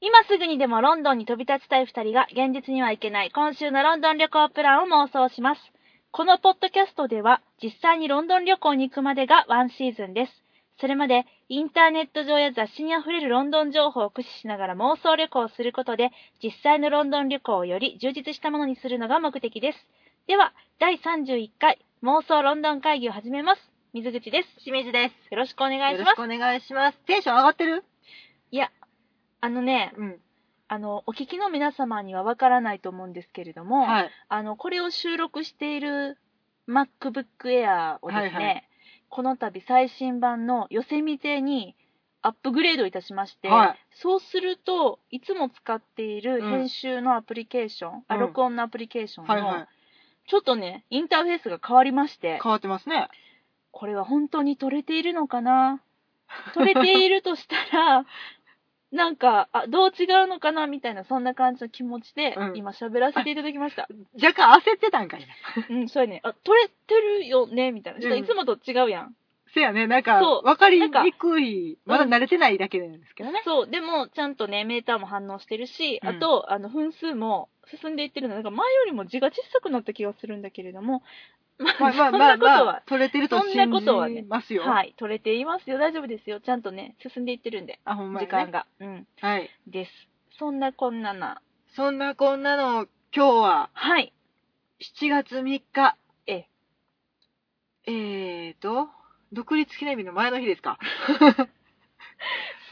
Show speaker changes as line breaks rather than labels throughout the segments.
今すぐにでもロンドンに飛び立ちたい二人が現実には行けない今週のロンドン旅行プランを妄想します。このポッドキャストでは実際にロンドン旅行に行くまでがワンシーズンです。それまでインターネット上や雑誌にあふれるロンドン情報を駆使しながら妄想旅行をすることで実際のロンドン旅行をより充実したものにするのが目的です。では、第31回妄想ロンドン会議を始めます。水口です。
清水です。
よろしくお願いし
よろ
ま
し
す
く。お願いします。テンション上がってる
いや、あのね、
うん。
あの、お聞きの皆様にはわからないと思うんですけれども、
はい。
あの、これを収録している MacBook Air をですね、
はいは
この度最新版のヨセミテにアップグレードいたしまして、
はい
そうすると、いつも使っている編集のアプリケーション、あ
うん
録音のアプリケーションの、
はいはい。
ちょっとね、インターフェースが変わりまして、
変わってますね。
これは本当に取れているのかな取れているとした ら、なんか、あ、どう違うのかなみたいな、そんな感じの気持ちで、
うん
今喋らせていただき ました。
若干焦ってたんかいな。
うん、そうやね。あ、取れてるよねみたいな。ちょっと
うん
いつもと違うやん。
せやね、なんか、
そう
わかり
なんか
にくい。まだ慣れてないだけなんですけどね。
そう、でも、ちゃんとね、メーターも反応してるし、
うん
あと、あの、分数も進んでいってるので、なんか前よりも字が小さくなった気がするんだけれども、ま
ま
あ、
あまあ
そん
まあ、
なこと
ま
は
あ、、取れてると
そん
信
なことはね
じますよ。
はい、取れていますよ。大丈夫ですよ。ちゃんとね、進んでいってるんで、
あ、ほんま
時
に
間
ね。
が。うん。
はい。
です。そんなこんなな。
そんなこんなの、今日は
はい。
7月3日。
え
えーと、独立記念日の前の日ですか。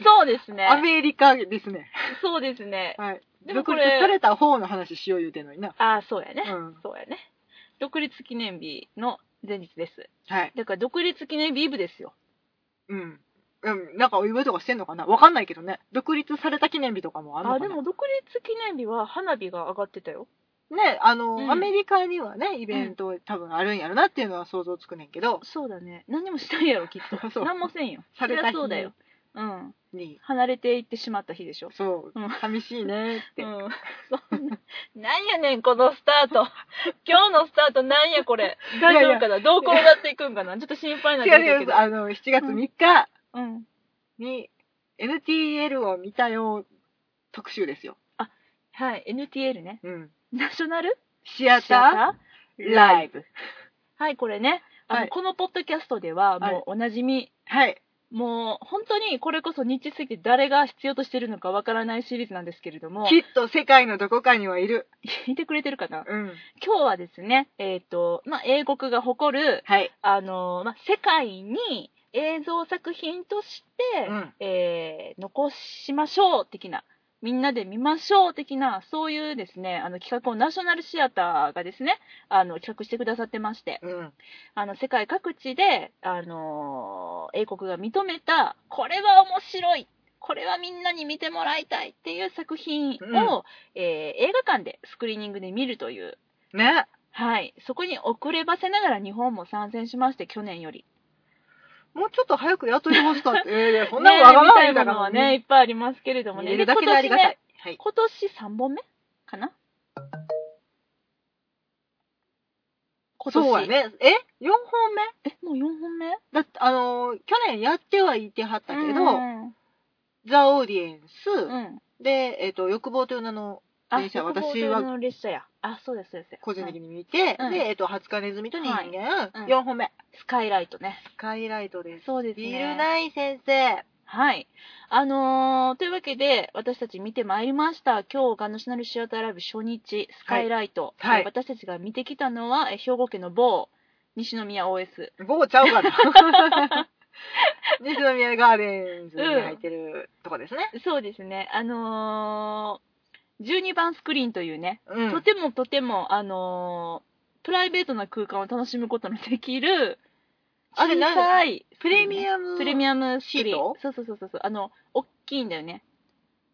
そうですね。
アメリカですね。
そうですね。
はい。
でもこ
独
れ
立された方の話しよう言うてんのにな。
ああ、そうや
う
ね。
ん。
そうやね。独立記念日の前日です。
はい。
だから、独立記念日イブですよ。
うん。うん、なんかお祝いとかしてんのかなわかんないけどね。独立された記念日とかもあんの
あ、
かな
でも独立記念日は花火が上がってたよ。
ね、あの、
うん
アメリカにはね、イベント多分あるんやろなっていうのは想像つくねんけど、
そうだね。何もしたいやろ、きっ
そ
と。
う
何もせんよ。
された日
りゃそうだよ。うん。
に、
離れていってしまった日でしょ。
そう
うん、
寂しいねって。
うん。 そんな。なんやねん、このスター ト。今日のスタートなんや、これ。大丈夫かなどう転がっていくんかなちょっと心配になって
違
きた
う違
け
う、
ど。
あの、7月3日
うん。
に NTL を見たよ特集ですよ。
はい。NTL ね。
うん。
ナショナル
シアターライブ。
はい、これね。あの、
はい
このポッドキャストでは、
は
も
いう
おなじみ、
はい。
もう本当にこれこそニッチすぎて誰が必要としてるのかわからないシリーズなんですけれども、
きっと世界のどこかにはいる。
聞いてくれてるかな
うん。
今日はですね、えっ、と、まあ、英国が誇る、
はい。
あのーまあ、世界に映像作品として、
うん
えー残しましょう的な、みんなで見ましょう的な、そういうですね、あの企画をナショナルシアターがですね、あの企画してくださってまして、
うん。
あの世界各地で、あのー英国が認めたこれは面白いこれはみんなに見てもらいたいっていう作品を、
うん
えー映画館でスクリーニングで見るという、
ね。
はい、そこに遅ればせながら日本も参戦しまして去年より。
もうちょっと早く雇いましたって。えー、そんなわがまま
ねえ
言う
見た
た
いものは
ら
ねいっぱいありますけれども
見
ね
れるだけでありがたい。はい。
今年3本目かな今年
そうやね。え ?4 本目
えもう4本目
だって、あのー去年やってはいてはったけど、
うん
ザ・オーディエンス、
うん、
で、えっ、と、欲望という名の
あ
電車
速報
私は
という名の列車や。あ、そうです、そうです。
個人的
うん
に見て、
うん
で、えっ、と、20日ネズミと人間、
はいうん
4本目。
スカイライトね。
スカイライトです。
そうですね
ビルナイ先生。
はい。あのーというわけで、私たち見てまいりました。今日、ガノシナルシアターライブ初日、スカイライト。
はいはい
私たちが見てきたのは、え兵庫県の某、西宮 OS。
某ちゃうかな。 西宮ガーデンズに入ってるとこですね。
そうですね。あのー12番スクリーンというね、
うん。
とてもとても、あのープライベートな空間を楽しむことのできる、
あれ
小さい、
プレミアム、
プレミアムスクリ
シー
ーン
ト。
そうそうそうそうそう。あの、大きいんだよね。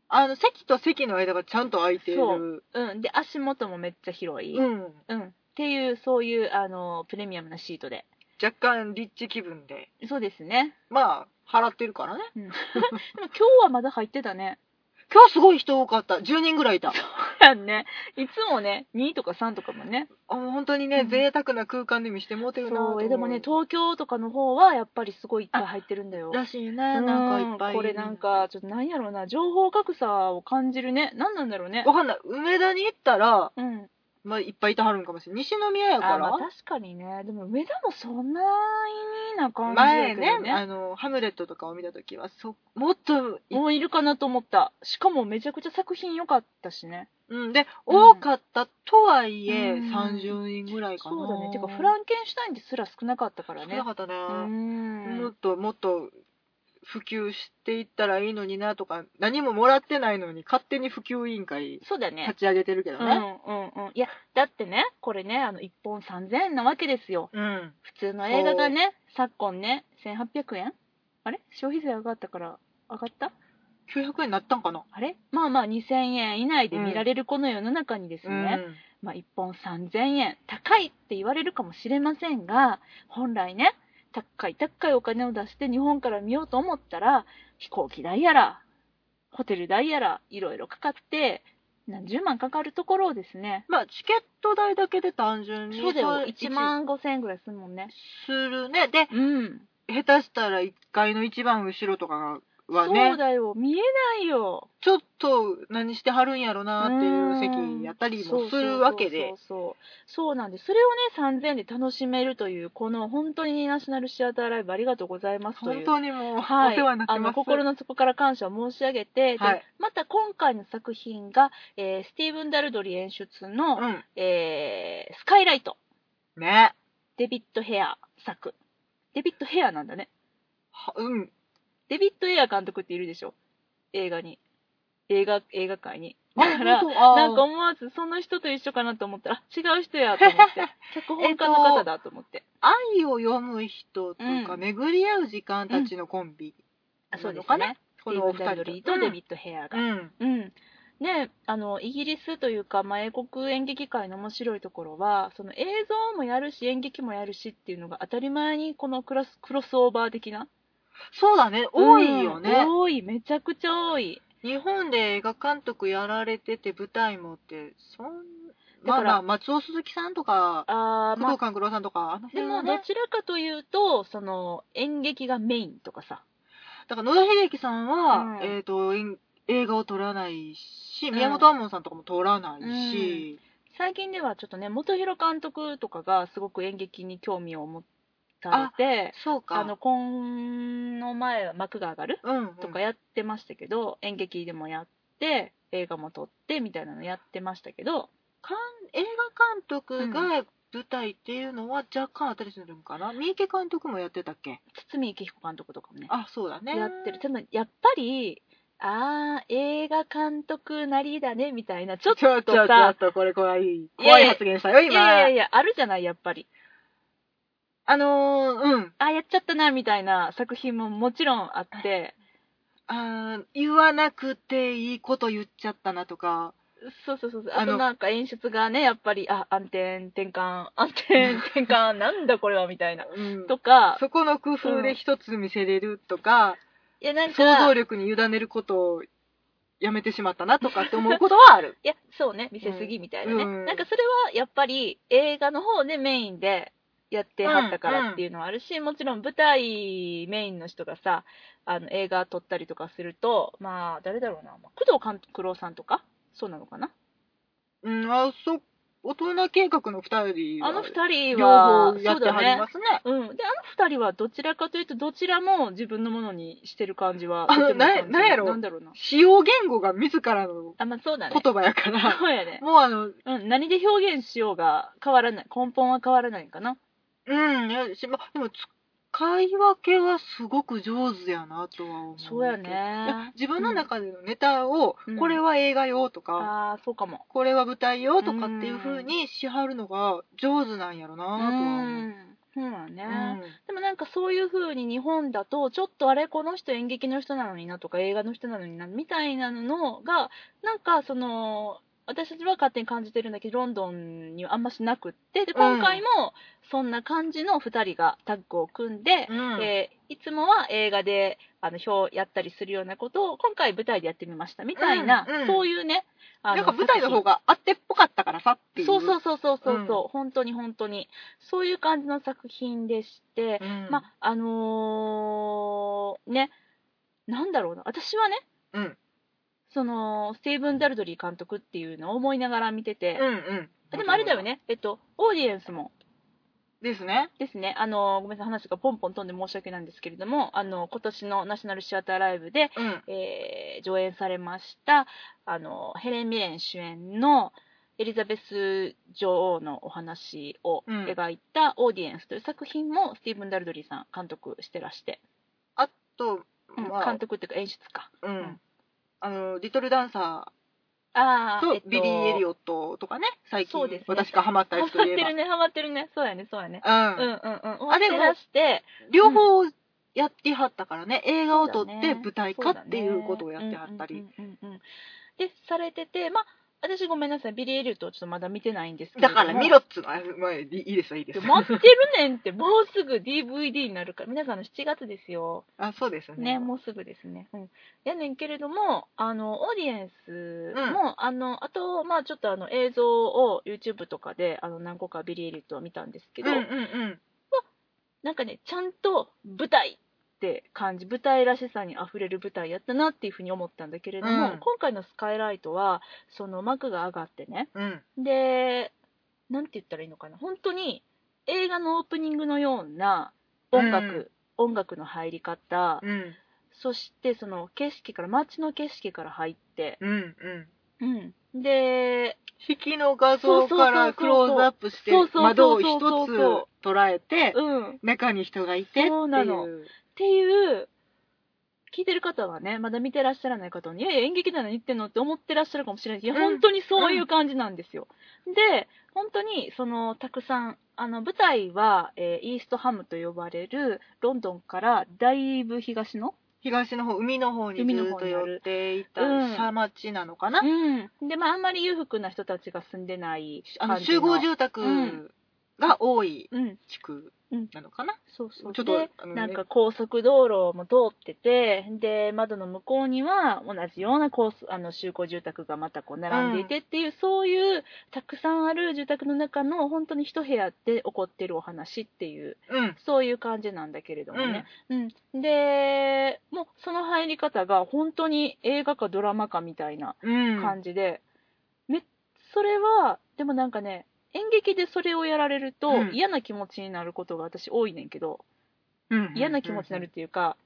あの、席と席の間がちゃんと空いてい
そ
る。
うん。で、足元もめっちゃ広い。
うん。
うん。っていう、そういう、あの、プレミアムなシートで。
若干リッチ気分で。
そうですね。
まあ、払ってるからね。
うん。でも今日はまだ入ってたね。
今日すごい人多かった。10人ぐらいいた。
やんね。いつもね、2とか3とかもね。
あもう本当にね、
うん
贅沢な空間で見してもうてるなと思
そう、え、でもね、東京とかの方はやっぱりすごいいっぱい入ってるんだよ。
らしいね、なんかいっぱ
う
い。
んこれなん。か、ちょっとなんやろうな、情報格差を感じるね。何なんだろうね
わ。かんない。梅田に行ったら、
うん。
まあ、いっぱいいてはるんかもしれない。西宮やか
あまあ
ら。
確かにね。でも、上田もそんなにな感じだけ
前ね
ど、
あ
ね。
の、ハムレットとかを見たときは、そ、もっとい、
もういるかなと思った。しかもめちゃくちゃ作品良かったしね。
うん、で、
うん
多かったとはいえ、
うん
30人ぐらいかな。
そうだね。てか、フランケンシュタインですら少なかったから
少
ね
な。かったね。
うん
もっともっと普及していったらいいのになとか、何ももらってないのに勝手に普及委員会
そうだね
立。ち上げてるけど
う
ね。
んうんうん。いや、だってね、これね、あの、1本3000円なわけですよ。
うん。
普通の映画がね、昨今ね、1800円あれ消費税上がったから、上がった
900円になったんかな
あれまあまあ2000円以内で見られるこの世の中にですね、
うん。
まあ1本3000円、高いって言われるかもしれませんが、本来ね、高い高いお金を出して日本から見ようと思ったら、飛行機代やら、ホテル代やら、いろいろかかって、何十万かかるところをですね、
まあ、チケット代だけで単純に。
そうだよ、1
一
万5千円ぐらいするもんね。
するね。で、
うん。
下手したら1階の一番後ろとかは
そう
ね、
だよ、見えないよ。
ちょっと何してはるんやろなっていう席やったりもするわけ
う
で
ん。そうそうそうそうそうなんでそれをね3000円で楽しめるというこの本当にナショナルシアターライブありがとうございますとい
本
う
当にもう、お
はい、
世話になって
あ
ま
の
す。
心の底から感謝を申し上げて、で
はい
また今回の作品が、えースティーブン・ダルドリ演出の、
うん。
えースカイライト
ね。
デビッド・ヘア作デビッド・ヘアなんだね
はうん。
デビッド・ヘア監督っているでしょ映画に映画映画界に
あ
だから
本当あー
なんか思わずその人と一緒かなと思ったらあ違う人やと思って 脚本家の方だと思って、
愛を読む人とか、
うん
巡り合う時間たちのコンビ、
あそうです
なのか
ね
な
ステ
こ
ィー
の
ブ
お
ン・
二
ダルド
人と
リーとデビッド・ヘアが
う、ん
うん。ね、あの、イギリスというか、まあ、英国演劇界の面白いところは、その映像もやるし、演劇もやるしっていうのが当たり前にこのクロスクロスオーバー的な。
そうだね多いよ
う
ね
ん、多い、めちゃくちゃ多い。
日本で映画監督やられてて舞台もってそん
だ
ま
か
あ
ら
まあ松尾鈴木さんとか
あー
工
ま
藤
あ、
官九郎さんとかあ
で
の辺
も、
は
ど
ね
ちらかというと、その、演劇がメインとかさ。
だから野田秀樹さんは、
うん
えっ、と演映画を撮らないし
ん
宮本亞門さんとかも撮らないし、
最近ではちょっとね、元弘監督とかがすごく演劇に興味を持たれて、
そうか
あの、この前は幕が上がる
うん、うん、
とかやってましたけど、演劇でもやって映画も撮ってみたいなのやってましたけど
かん映画監督が舞台っていうのは若干あったりするんかな、三池監督もやってたっけ
堤幸彦監督とかもね
あそうだね
やってるでもやっぱりああ映画監督なりだねみたいなちょっと
ちょっとちょっと
さ
ちょっとこれ怖い
いや
怖
いや
い発言したよ
いや
今
いやいやあるじゃないやっぱり
あのー、うん
ああやっちゃったなみたいな作品ももちろんあって
あー言わなくていいこと言っちゃったなとか
そうそうそうそうあ
あの
となんか演出がねやっぱりあ暗転転換暗 転転換なんだこれはみたいな
うん
とか
そこの工夫で一つ見せれるとか、
いやなんか
想像力に委ねることをやめてしまったなとかって思うことはある
いや、そうね、見せすぎみたいなね。
うん
なんかそれはやっぱり映画の方でメインでやってはったからっていうのはあるし、もちろん舞台メインの人がさ、あの映画撮ったりとかすると、まあ誰だろうな、まあ工藤官九郎さんとかそうなのかな。
うんあそ大人計画の2人は
あの二人
両
は、
方やってはりますね
そうだね。うん。で、あの二人はどちらかというと、どちらも自分のものにしてる感じは
あ
と
の
ても感じる
ななんやろ
なんだろうな。
使用言語が自らの
あ、まあそうだね。
言葉や から、
そうやね。
もうあの、
うん。何で表現しようが変わらない。根本は変わらないかな。
うん、いやしま、でも使い分けはすごく上手やなとは思うけど。
そうや
いや
ね。
自分の中でのネタを、
うん
これは映画用とか、
ああ、そうかも。
これは舞台用とかっていう風にしはるのが上手なんやろなと
う
は思う。
ん。そうだね、
うん
でもなんかそういう風に日本だと、ちょっとあれ、この人演劇の人なのになとか映画の人なのにな、みたいなのが、なんかその、私たちは勝手に感じてるんだけどロンドンにはあんましなくってで今回もそんな感じの2人がタッグを組んで、
うん
えーいつもは映画であの表やったりするようなことを今回舞台でやってみましたみたいな、
うんうん
そういうねあ
なんか舞台の方
が
があってっぽかったからさっていう。
そうそうそうそうそう、
うん
本当に本当にそういう感じの作品でして、
うん。
まああのーねなんだろうな私はね
うん。
そのスティーブン・ダルドリー監督っていうのを思いながら見てて、
うんうん。
でもあれだよ。ね、えっと、オーディエンスも
ですね。
ですね、あの、ごめんなさい、話がポンポン飛んで申し訳ないんですけれども、あの、今年のナショナルシアターライブで、
うん。
えー上演されました、あの、ヘレン・ミレン主演のエリザベス女王のお話を
うん
描いたオーディエンスという作品も、スティーブン・ダルドリーさん監督してらして、
あと、
うん
まあ
監、督っていうか演出か。
うん。あの、リトルダンサ
あ
ー
あ、
と
えっと
ビリー・エリオットとかね、最近
そうですね
私がハマった
ハマ
や
っ
つとい
て
えば
る。ね、ハマってるね。そうやね、そうやね。うんうん
う。
うんん。
あれも
をらして、
両方やってはったからね、映画を
そ
撮っ
う
て
だね
舞台化っていうことをやってはったり。。
そうだねうんうんうんうんで、されてて、まあ、私ごめんなさい、ビリー・エリュートをちょっとまだ見てないんですけれ
だ
ども
から見ろっつうのは、まあ、いいですよ、いいですよ。
待ってるねんって、もうすぐ DVD になるから、皆さんあの7月ですよ。
あ、そうです
ね、
ね。
もうすぐですね。うん。やねんけれども、あの、オーディエンスも、あの、あと、まあちょっとあの、映像を YouTube とかで、あの、何個かビリー・エリュートを見たんですけ
うんう
ど、
んうん。
なんかね、ちゃんと舞台って感じ、舞台らしさにあふれる舞台やったなっていうふうに思ったんだけれども、
うん
今回のスカイライトは、その幕が上がってね、
うん。
で、なんて言ったらいいのかな、本当に映画のオープニングのような音楽、音楽の入り方、
うん。
そしてその景色から、街の景色から入って、
うんうん。
うん。で、
引きの画像からクローズアップして
そうそうそうそう
窓を一
そうそうそ
つ捉えて
うん。っ
中に人がいてってい
そう
う
なのていう、聞いてる方はね、まだ見てらっしゃらない方に、いやいや、演劇なのに言ってんのって思ってらっしゃるかもしれないけど、いや、
うん
本当にそういう感じなんですよ。で、本当に、その、たくさん、あの、舞台は、えーイーストハムと呼ばれる、ロンドンからだいぶ東の、
東の方海の方にず
海の
っ
方
と
に
寄
ある
っていた
うん
下町なのかな、
うん。で、まあ、あんまり裕福な人たちが住んでない
あ
感
の
じ
集合住宅
うん
が多い
うん。
地区なのかな、
そうそう。
ちょっと
で
あのね
なんか高速道路も通ってて、で、窓の向こうには同じような高速あの、集合住宅がまたこう並んでいてっていう、そういう、たくさんある住宅の中の本当に一部屋で起こってるお話っていう、
うん
そういう感じなんだけれどもね。うん。で、もうその入り方が本当に映画かドラマかみたいな
うん
感じで、めそれは、でもなんかね、演劇でそれをやられると、
うん
嫌な気持ちになることが私多いねんけど、
うん
嫌な気持ちになるっていうか、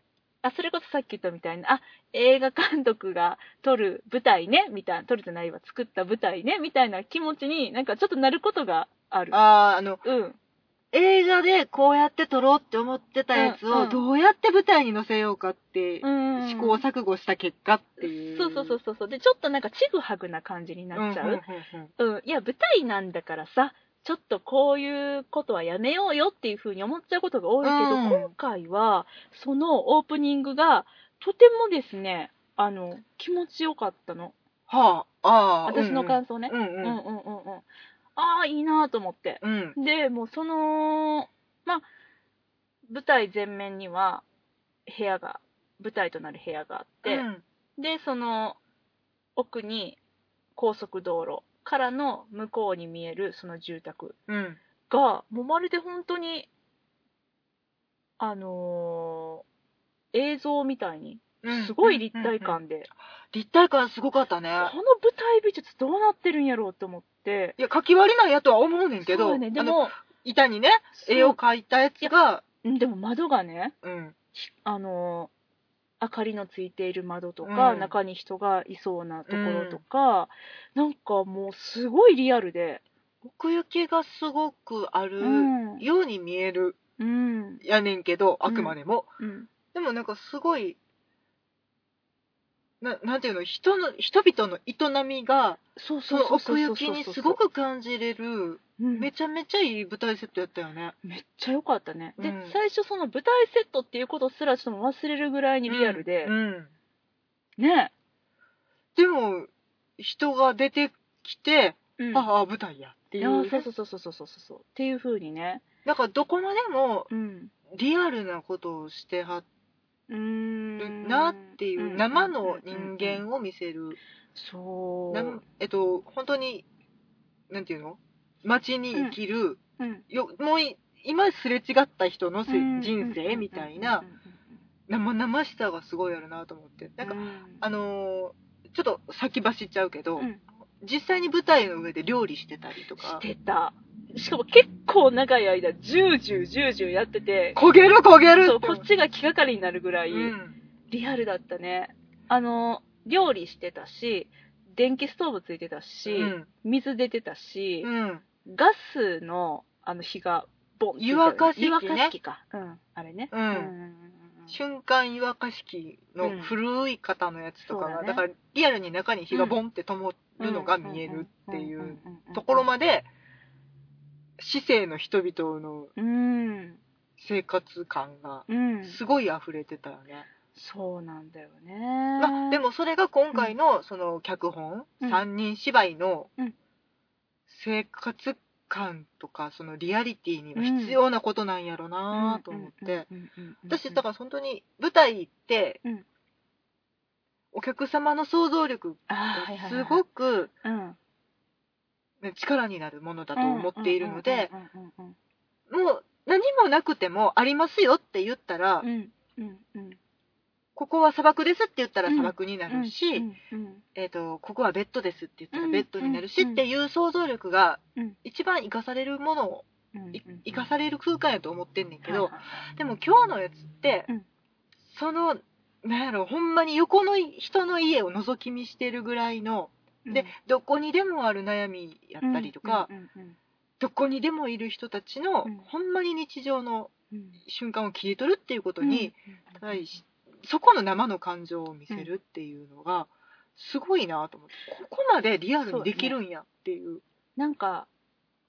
あ、それこそさっき言ったみたいな、あ、映画監督が撮る舞台ね、みたいな、撮るじゃないわ、作った舞台ね、みたいな気持ちになんかちょっとなることがある。
あーあの
うん。
映画でこうやって撮ろうって思ってたやつ
うんう
を
ん
どうやって舞台に載せようかって
うん。
試行錯誤した結果っていう、
そうそうそうそうそう。で、ちょっとなんかちぐはぐな感じになっちゃう。
んんんうん
うん、いや、舞台なんだからさ、ちょっとこういうことはやめようよっていうふうに思っちゃうことが多いけど、
うん
今回は、そのオープニングが、とてもですね、あの、気持ちよかったの。
はあああ
私の感想ね。
うんう
うんん
う
うんんうんうん。ああ、いいなぁと思って。
うん
で、もうその、まあ、舞台前面には、部屋が、舞台となる部屋があって、
うん
でその奥に高速道路からの向こうに見えるその住宅
うん
がもうまるで本当にあのー映像みたいにすごい立体
うんうんうん
感で、
立体感すごかったね
この舞台美術どうなってるんやろうと思って
いや書き割れないやとは思うねんけ
そう
ど、
よねで
あの
も
板にね絵を描いたやつが
うんでも窓がね
うん
あのー明かりのついている窓とか、
うん
中に人がいそうなところとか、なんかもうすごいリアルで、
奥行きがすごくある
うん
ように見える
うん
やねんけど、
うん
あくまでも
うん、
でもなんかすごいななんていうの人の人々の営みが
そうそ
そうの
そうそう
奥
そう
行きにすご、く感じれる
うん
めちゃめちゃいい舞台セットやったよね
めっちゃ良かったね、で
うん
最初その舞台セットっていうことすらちょっと忘れるぐらいにリアルで、
うん
ね
でも人が出て来て、
うん
ああ、舞台やって
い
い
や
う
ー。そうそうそうそうそうそうそうっていう風にね
なんかどこまでも
うん
リアルなことをしては
うーん
るなっていう、
ん
生の
う
人
んうん
間を見せる。
そ
な
うん
えっと、本当に、なんていうの街に生きる、
うん
よもうい今すれ違った人のせ
うん
人生みたいな
うんうんうん
生々しさがすごいあるなと思って。なんか
う、
あのーちょっと先走っちゃうけど、
うん
実際に舞台の上で料理してたりと
し。
か
てたしかも結構長い間ジュージュージュージューやってて
焦げる焦げる
そう
って
こ
思
っちが気がかりになるぐらい、
うん
リアルだったねあの料理してたし電気ストーブついてたし、
うん
水出てたし、
うん
ガスのあの火がボンって
湯沸かし器ね
湯沸かし器か、うん、あれね、
うん
うんうんうんうん
瞬間湯沸かし器の古い方のやつとか
うん
が、
そうだね
だからリアルに中に火がボンって灯るのが見えるっていうところまで市政の人々の
うん
生活感が
うん
すごい溢れてたよね、
そうなんだよね
まあ、でもそれが今回のその脚本、
うん
3人芝居の
うん
生活感とかそのリアリティには必要なことなんやろなと思って、
うんうんうんうん
私だから本当に舞台って、
うん
お客様の想像力
あーはい
がすご
く
く
だ
ね力になるものだと思っているので
うんうん
もう何もなくてもありますよって言ったら、
うんうんうん
ここは砂漠ですって言ったら砂漠になるし、
うんうん
えー、とここはベッドですって言ったら
うん
ベッドになるし
うん
っていう想像力が
うん
一番生かされるものを
うん
い生かされる空間やと思ってんねんけど、
はいはい
でも今日のやつって、
うん
そのなんやろほんまに横の人の家を覗き見してるぐらいの
はい
でどこにでもある悩みやったりとか、
うんうん
どこにでもいる人たちの、
うん
ほんまに日常の
うんうん
瞬間を切り取るっていうことに
うん
対し、そこの生の感情を見せるっていうのがすごいなと思ってここまでリアルにできるんやっていう。
なんか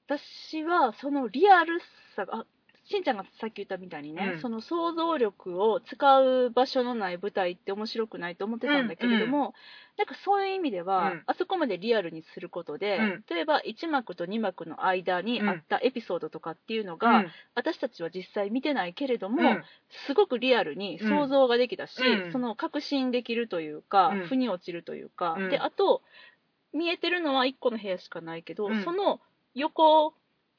私はそのリアルさがあしんちゃんがさっき言ったみたいにね、
うん
その想像力を使う場所のない舞台って面白くないと思ってたんだけれども、なんかそういう意味では、
うん
あそこまでリアルにすることで、
うん
例えば1幕と2幕の間にあったエピソードとかっていうのが、
うん
私たちは実際見てないけれども、
うん
すごくリアルに想像ができたし、
うん
その確信できるというか、
うん
腑に落ちるというか、
うん
であと見えてるのは1個の部屋しかないけど、
うん
その横っ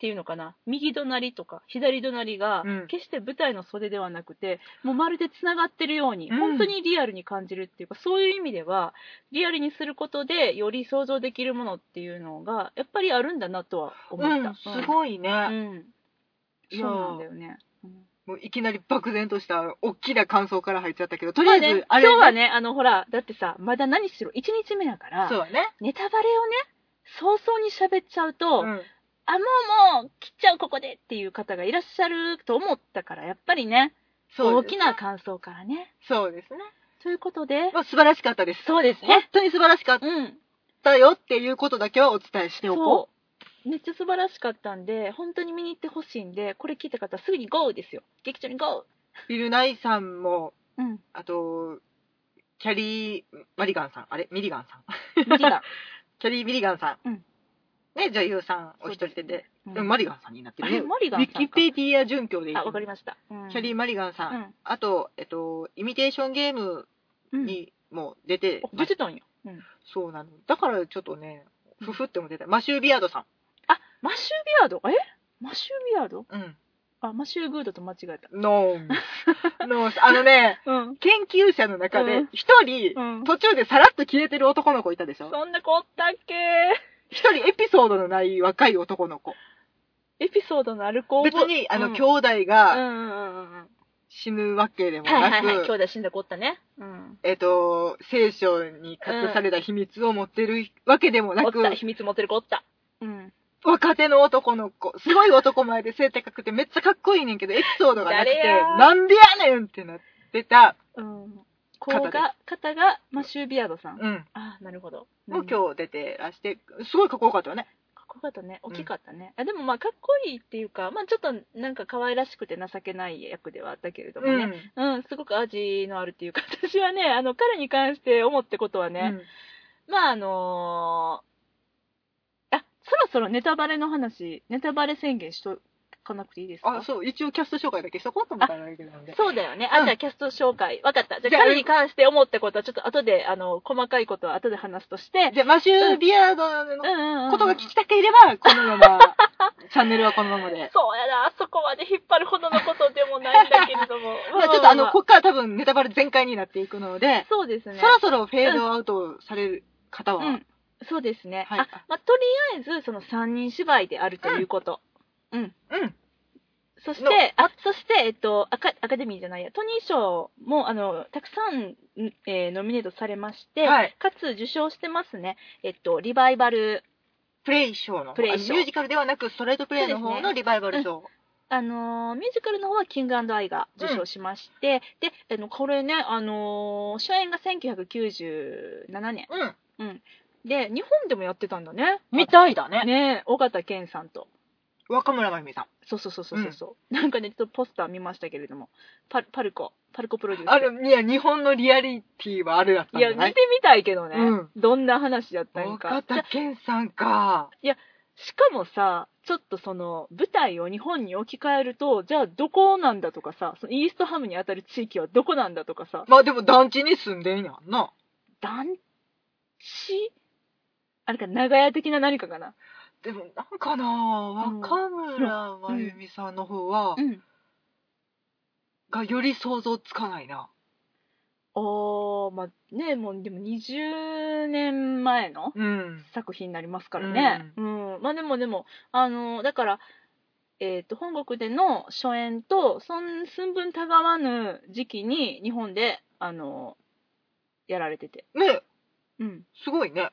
ていうのかな右隣とか左隣が、
うん
決して舞台の袖ではなくてもうまるでつながってるように、
うん
本当にリアルに感じるっていうかそういう意味ではリアルにすることでより想像できるものっていうのがやっぱりあるんだなとは思った。
うんすごいね、
うん、そうなんだよね。うん
もういきなり漠然とした大きな感想から入っちゃったけど、とりあえず、
ま
あ
あね、
れ、
今日はね、あの、ほら、だってさ、まだ何しろ1日目だから、
そうだね。
ネタバレをね、早々に喋っちゃうと、
うん
あ、もうもう、切っちゃうここでっていう方がいらっしゃると思ったから、やっぱりね、
そう
大
です
き
ね
な感想からね。
そうですね。
ということで、
まあ、素晴らしかったです。
そうです
本
ね。
当に素晴らしかっ
うん。
たよっていうことだけはお伝えしておこ
そう。めっちゃ素晴らしかったんで、本当に見に行ってほしいんで、これ聞いた方はすぐに GO ですよ。劇場に GO!
う。ビルナイさんも、
うん。
あと、キャリー・マリガンさん、あれミリガンさん。
無事だ。
キャリー・ミリガンさん。
うん
ね、女優さん お一人でで、
う
でもマリガンさんになって
あ
る
れ
ね。
マリガン
ウ
さん
ィ
か
キペディア準拠でいい
あ、わかりました。
キャリー・
ー
マリガンさん。
うん
あと、えっと、イミテーションゲーム
うん。
にも出て
お
ま
出
す
てたんよ。うん。
そうなの。だからちょっとね、ふふっても出た。マシュー・ビアードさ
あ、マシュービアードえマシュービアード
ん。うん。
あ、マシューグードと間違えた。
ノーン。ノーン。あ のね、
うん。
研究者の中
う
で
ん
一人、
うん。
途中でさらっと消えてる男の子いたでしょ
そんな子おったっけ
一人エピソードのない若い男の子。
エピソードのある子
別に、あの、
うん
兄弟
うんう
が
んうんうん。
死ぬわけでも
はい
な
はいはい。兄
く、
弟死んだ子おったね。うん。
えっと、聖書に隠された秘密を持ってるわけでも
お
な
っ
く、
た。秘密持ってる子おった。うん。
若手の男の子、すごい男前で背高くてめっちゃかっこいいねんけど、エピソードがなくて
誰や、
なんでやねんってなってた。
うん。子
方です
が、方がマシュービアードさん。
うん。
あ、なるほど。
もう
日。
今日出てらして、すごいかっこよかったよね。
かっこよかったね。大きかったね。あでもまあ、かっこいいっていうか、まあちょっとなんか可愛らしくて情けない役ではあったけれどもね。
うん
うん、すごく味のあるっていうか、 私はね、あの、彼に関して思ったことはね、まああのろネタバレの話、ネタバレ宣言しとかなくていいですか
あ、そう、一応キャスト紹介だけしとこうと思ったらだけなんで。
そうだよね。あ、
うん
じゃあキャスト紹介。わかった。じゃ
じゃ
あ
あ
彼に関して思ったことはちょっと後で、あの、細かいことは後で話すとして、
じゃあ、マシュー・ビアード
う
の
んうんうん。
ことが聞きたければ、このま ま、チャンネルはこのままで。。
そうやな、あそこまで引っ張るほどのことでもないんだけれども
まあちょっとあ
ま
の、
ま
こっから多分ネタバレ全開になっていくので、
そうです
そ
ね。
ろそろフェードアウトされる方は、
うん。そうですね。
はい
あ、まあ、とりあえず、その三人芝居であるということ。うん。
うん。
そし
の
て、あ、そして、えっと、アカアカデミーじゃないや、トニー賞も、あの、たくさん、んえーノミネートされまして、
はい
かつ受賞してますね。えっと、リバイバル、
プレイショーの。
プレイショー
あのミュージカルではなく、ストレートプレイの方のリバイバルショー。
あのーミュージカルの方はキングアイが受賞しまして、で、あの、これね、あのー初演が1997年。
うん。
で、日本でもやってたんだね。
たいだね
ね尾形健さんと。
若村真由美さん。
そうそうそうそうそうそう、なんかね、ちょっとポスター見ましたけれども、パルパルコ、パルコプロデュース。
ある、いや、日本のリアリティはあるやったん
い
じ
や、
ゃ
見
な
て
い
みたいけどね。
うん
どんな話やったん
岡
か。じゃ
田健さんか。
しかもさ、ちょっとその、舞台を日本に置き換えると、じゃあどこなんだとかさ、そのイーストハムにあたる地域はどこなんだとかさ、
まあでも団地に住んでんやんな。
団地あれか、長屋的な何かかな。
でもなんかな
うん
若村真由美さんの方は、
ん。
がより想像つかないな。
おー、まあね、もうでも20年前の
うん。
作品になりますからね。うん。まあでもでも、あの、だから、えっ、と、本国での初演と、そん寸分たがわぬ時期に日本で、あの、やられてて。
ね
うん。
すごいね。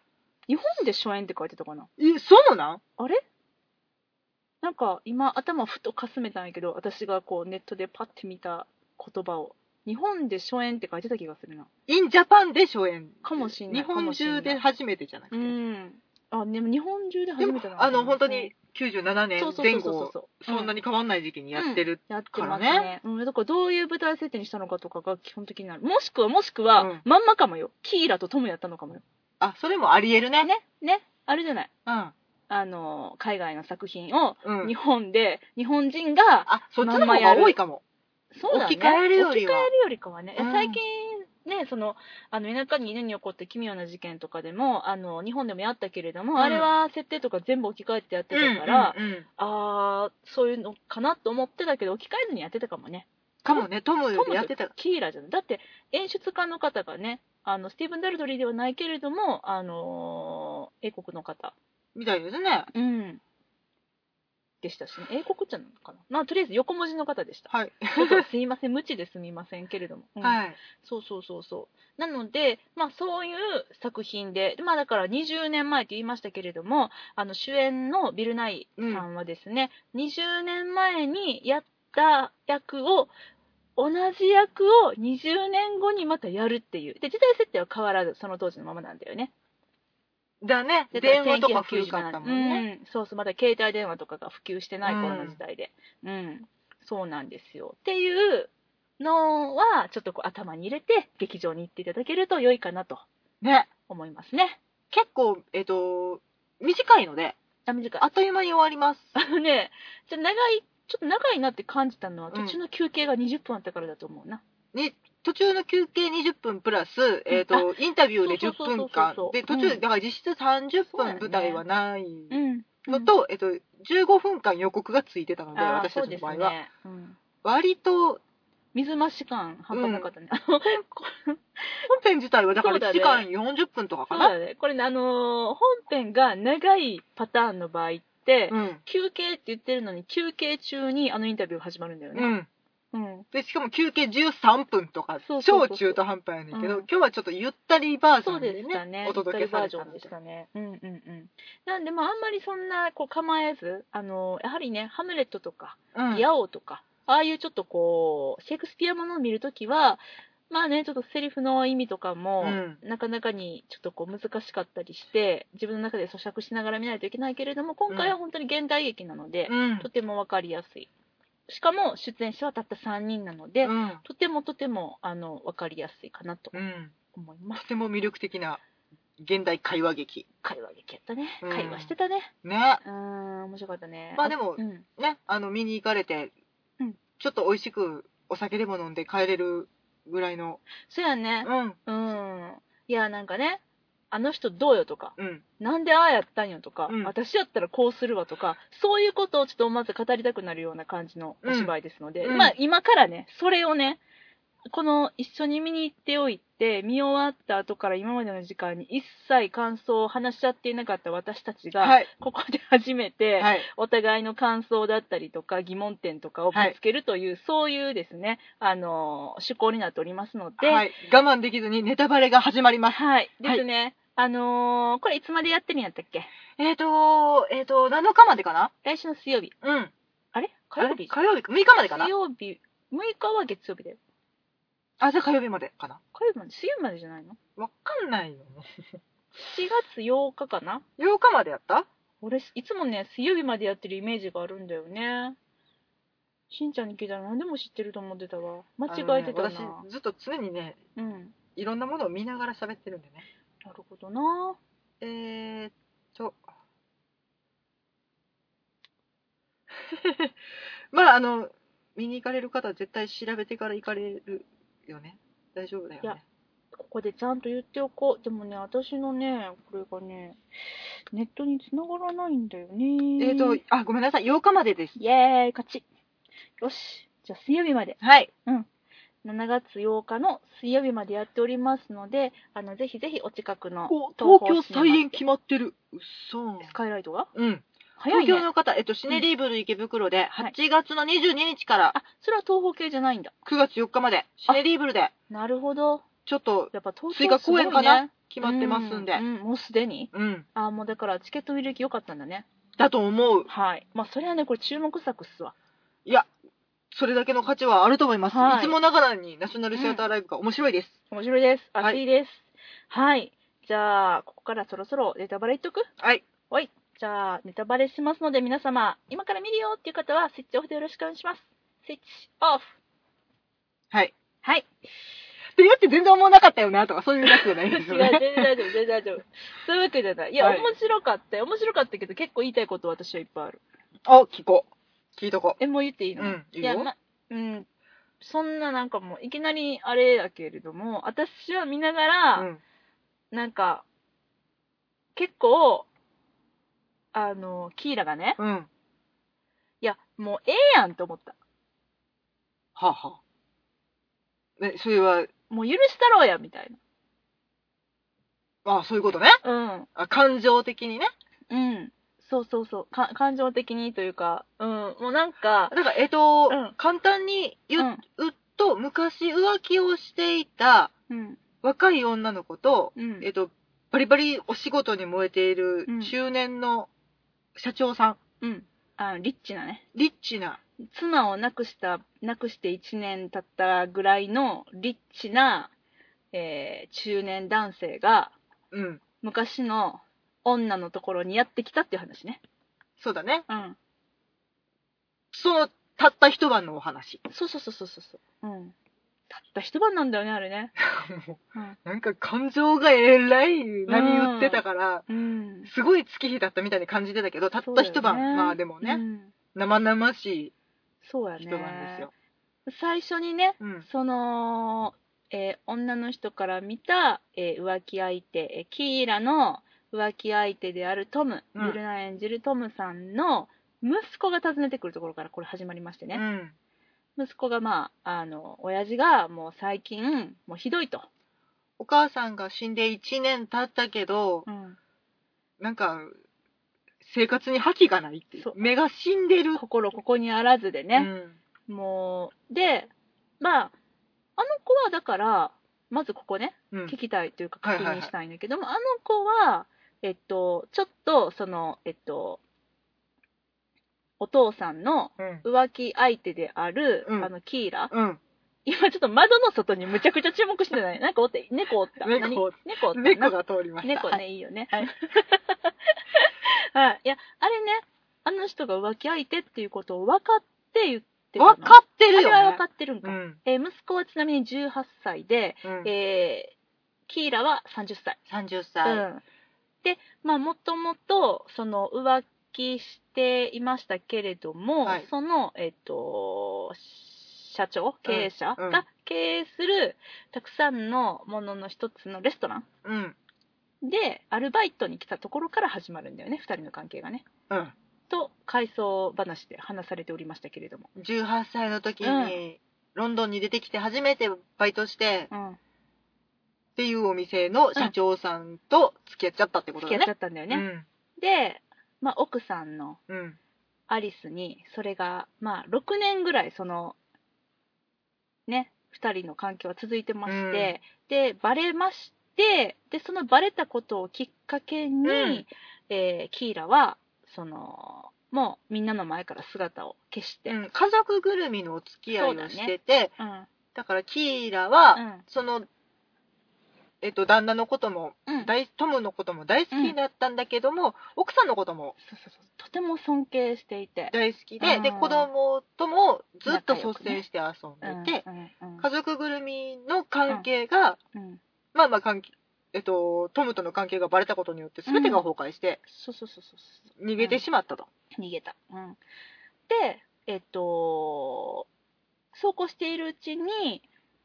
日本で初演って書いてたかな。
え、そうなん
あれなんか今頭ふとかすめたんやけど、私がこうネットでパッて見た言葉を。日本で初演って書いてた気がするな。
インジャパンで初演。
かもしんない。
日本中で初めてじゃなく
う
て。
ん。あ、でも日本中で
で
初
も
めてなのかな
あの、本当に97年
そうそうそ
前
うそう
後、
そう。
そんなに変わんない時期にやってる。
やってます
から
ね。うん、だからどういう舞台設定にしたのかとかが基本的になる。もしくは、もしくは、
うん
まんまかもよ。キーラとトムやったのかもよ。
あ、それもありえるね。
ね、ね、あれじゃない。
うん。
あの、海外の作品を、
うん
日。本で、日本人が、
あ、そっちの方が多いかも。
そうだね。
置き換えるよりは
置き換えるよりかはね。
うん
最近、ね、その、あの、田舎に犬に起こった奇妙な事件とかでも、あの、日本でもやったけれども、
うん
あれは設定とか全部置き換えてやってたから、
うんうんうん
あー、そういうのかなと思ってたけど、置き換えずにやってたかもね。
かもね、トム
トム
やってた。
キーラじゃない。だって、演出家の方がね、あの、スティーブン・ダルドリーではないけれども、あのー英国の方。
みたいですね。
うん。でしたしね。英国じゃないのかな。まあ、とりあえず横文字の方でした。
はい。
ちょっとすいません、無知ですみませんけ れども。うん
はい。
そうそうそうそう。なので、まあ、そういう作品で、でまあ、だから20年前と言いましたけれども、あの、主演のビル・ナイさんはですね、20年前にやった役を、同じ役を20年後にまたやるっていう。で、時代設定は変わらず、その当時のままなんだよね。
だね。
で
電話とか古かったもんね。
1997うん。そうそう、まだ携帯電話とかが普及してない頃の時代で。うん。そうなんですよ。っていうのは、ちょっとこう頭に入れて、劇場に行っていただけると良いかなと
ね。
思いますね。
結構、えっ、と、短いので、
あ、短い。
あっという間に終わります。
あのね、ちょっと長い、ちょっと長いなって感じたのは、
うん
途中の休憩が20分あったからだと思うな。
ね、途中の休憩20分プラス、えっ、と、インタビューで
そう
10
そうそうそう
分間
そう。
で、途
う
中、
ん
だから実質30
そうだよ
分
ね
舞台はない
うん。
のと、えっ、と、15分間予告がついてたの
うん、
で、
あー
私
そ
た
う
ちの
です
場合は。
ね。うん
割と、
水増し感半端なかったね。あのこ
本編自体はだから
そうだ
1
ね
時間40分とか
そ
か
う
な。
だね。これね、あのー本編が長いパターンの場合って、
うん。
休憩って言ってるのに、休憩中にあのインタビュー始まるんだよ
う
ね。
ん。
うん。
で、しかも休憩13分とか
そう、そうそう
超
そう
中途半端やねんけど、
うん
今日はちょっとゆったりバージョ
そう
ンで
でした
ね、
ね。
お届けさ
バー
れ
ジ
た
ョ
の
ン
で
でしたね。うんうんうん。なんで、まあ、あんまりそんな、こう、構えず、あのーやはりね、ハムレットとか、
うん
ヤオとか、ああいうちょっとこう、シェイクスピアものを見るときは、まあね、ちょっとセリフの意味とかも、
うん
なかなかにちょっとこう難しかったりして、自分の中で咀嚼しながら見ないといけないけれども、今回は本当に現代劇なので、
うん
とてもわかりやすい。しかも出演者はたった3人なので、
うん
とてもとても、あの、わかりやすいかなと
うん、
思います。
とても魅力的な現代会話劇。
会話劇やったね。
うん
会話してたね。
ね。
うーん、面白かったね。
まあでも
うん、
ね、あの、見に行かれて、
うん
ちょっと美味しくお酒でも飲んで帰れるぐらいの。
そうや
う
ね。
ん、
うん。いや、なんかね、あの人どうよとか、
うん、
なんでああやったんよとか、
うん
私やったらこうするわとか、そういうことをちょっと思わず語りたくなるような感じのお芝居ですので、
うん
まあ今からね、それをね、この一緒に見に行っておいて、見終わった後から今までの時間に一切感想を話し合っていなかった私たちが、
はい
ここで初めて、
はい。
お互いの感想だったりとか疑問点とかをぶつけるという、そういうですね、あの、趣向になっておりますので、
はい。我慢できずにネタバレが始まります。
はい。ですね。あのーこれいつまでやってるんやったっけ
えーと、えーと、7日までかな
来週の水曜日。
うん。
あれ火曜日
火曜日か、6日までかな
水曜日。6日は月曜日だよ。
あ、じゃあ火曜日までかな
火曜日まで、水曜日までじゃないの
わかんないよね。
?7 月8日かな
8日までやった
俺、いつもね、水曜日までやってるイメージがあるんだよね。しんちゃんに聞いたら何でも知ってると思ってたわ。間違えてたな。
あのね私、ずっと常にね、
うん。
いろんなものを見ながら喋ってるんでね。
なるほどな。
えーっと。 まあ、あの、見に行かれる方は絶対調べてから行かれるよね。大丈夫だよ
いや
ね。
ここでちゃんと言っておこう。でもね、私のね、これがね、ネットに繋がらないんだよね。
えーっと、あ、ごめんなさい。8日までです。
イエーイ、勝ち。よし。じゃあ、水曜日まで。
はい。
7月8日の水曜日までやっておりますので、あの、ぜひぜひお近くの
お
東
東
宝
京
シネマズ
再演決まってる。うっそー
スカイライトが
うん。
早い
東京
ね。
の方、えっと、シネリーブル池袋で、
はい
8月の22日から
あ、それは東宝系じゃないんだ。
9月4日まで、シネリーブルで、
なるほど。
ちょっと
やっぱ東
追
京
加
すご
公
い、ね、
演かな決まってますんで
う。うん、もうすでに
うん。
あ、もうだからチケット売り行き良かったんだね。
だと思う。
はい。まあ、それはね、これ注目作っすわ。
いや、それだけの価値はあると思います。
はい
い、つもながらにナショナルシアターライブが面白いです。
面白いです。
は
熱
い
いです。はい。じゃあ、ここからそろそろネタバレ言っとく
はい。
はい。じゃあ、ネタバレしますので、皆様、今から見るよっていう方は、スイッチオフでよろしくお願いします。スイッチオフ。
はい。
はい。
って言って全然思わなかったよなとか、そういうやつじゃない
違う、
で
全
すよ
然
ね。
大丈夫、全然大丈夫。そういうわけじゃない。いや、
はい
面白かったよ。面白かったけど、結構言いたいこと私はいっぱいある。
あ、聞こう。聞いとこ
え、もう言っていいの
うんいいよ
や、ま、うん。そんななんかもう、いきなりあれだけれども、私は見ながら、
う。うん。
なんか、結構、あの、キーラがね、
うん。は
いや、もうええやんと思った。
あ、はあ。ね、それは、
もう許したろうや、みたい
あそういうことね。
な。うん。
あ感情的にね。
うん。そうそうそう。か感情的にというか、うん。もうなんか、
だから、えっと、
うん
簡単に
う。
言うんと、昔浮気をしていた
うん。
若い女の子と、
うん
えっと、バリバリお仕事に燃えている
うん
中年の社長さん、
うん。あのリッチなね。
リッチな
妻を亡くした、亡くして1年経ったぐらいのリッチな、えー中年男性が、
うん。
昔の女のところにやってきたっていう話ね。
そうだね。
うん。
その、たった一晩のお話。
そうそうそうそうそうそう。うん。たった一晩なんだよね、あれね。うん
なんか感情がえらい波打ってたから、
うん。
すごい月日だったみたいに感じてたけど、たった一
そうだよ
晩、
ね
まあでもね、
うん
生々し
そうやね。
い一晩ですよ。
最初にね、
うん。
その、えー女の人から見た、えー浮気相手、えーキーラの浮気相手であるトム、
うん
ゆるな演じるトムさんの息子が訪ねてくるところからこれ始まりまして
う
ね、
ん。
息子がまあ、あの、親父がもう最近、もうひどいと。
お母さんが死んで一年経ったけど、なんか、生活に覇気がないっていう
そう
目が死んでる。
心ここにあらずでね、もう、で、まあ、あの子はだから、まずここね、
うん。うん
聞きたいというか
はい
確
はいはい
認したいんだけども、あの子は、えっと、ちょっとその、えっと、お父さんの
うん。
浮気相手である、
うん
あのキーラ、
うん。
今ちょっと窓の外にむちゃくちゃ注目してないなんかおって、猫おった。
猫
何
おっ
猫おった。
猫が通りました。
猫
はい。
ね、いいよね。
はい。
はい。いや、あれね、あの人が浮気相手っていうことを分かって言って
わかってるよ、ね。
あれは分かってるんか。
うん。
えー息子はちなみに18歳で、
うん。
えキーラは30歳。
30歳。
うん、で、まあ、もともと、その、浮気していましたけれども、
はい
その、えっ、と、社長、経営者
うん
が経営する、たくさんのものの一つのレストラン
うん。
で、アルバイトに来たところから始まるんだよね、二人の関係がね。
うん。
と、回想話で話されておりましたけれども。
18歳の時
うん
に、ロンドンに出てきて初めてバイトして、
うん。
っていうお店の社長さんと付き合っちゃったってこと
付き
だ
合っちゃ。
ね
ったんだよね。で、まあ、奥さんの
うん。うん。
アリスにそれがまあ6年ぐらいそのね2人の関係は続いてまして、でバレましてでそのバレたことをきっかけに、
うん
えーキーラはそのもうみんなの前から姿を消して、
うん家族ぐるみのお付き合いをしてて、だ
うん
からキーラは、その、えっと、旦那のことも
うんうん、
大、トムのことも大好きになったんだけども、奥さんのことも
そうそうそうとても尊敬していて、
大好きで、
うん
で、子供ともずっと
仲良
蘇
くね
生して遊
うん
んでて、
うんうん
家族ぐるみの関係が、
うん
まあまあ関係、えっと、トムとの関係がバレたことによって全てが崩壊して
そうそうそうそうそう
逃げてしまったと。
逃げた。うん、で、えっと、そうこうしているうちに、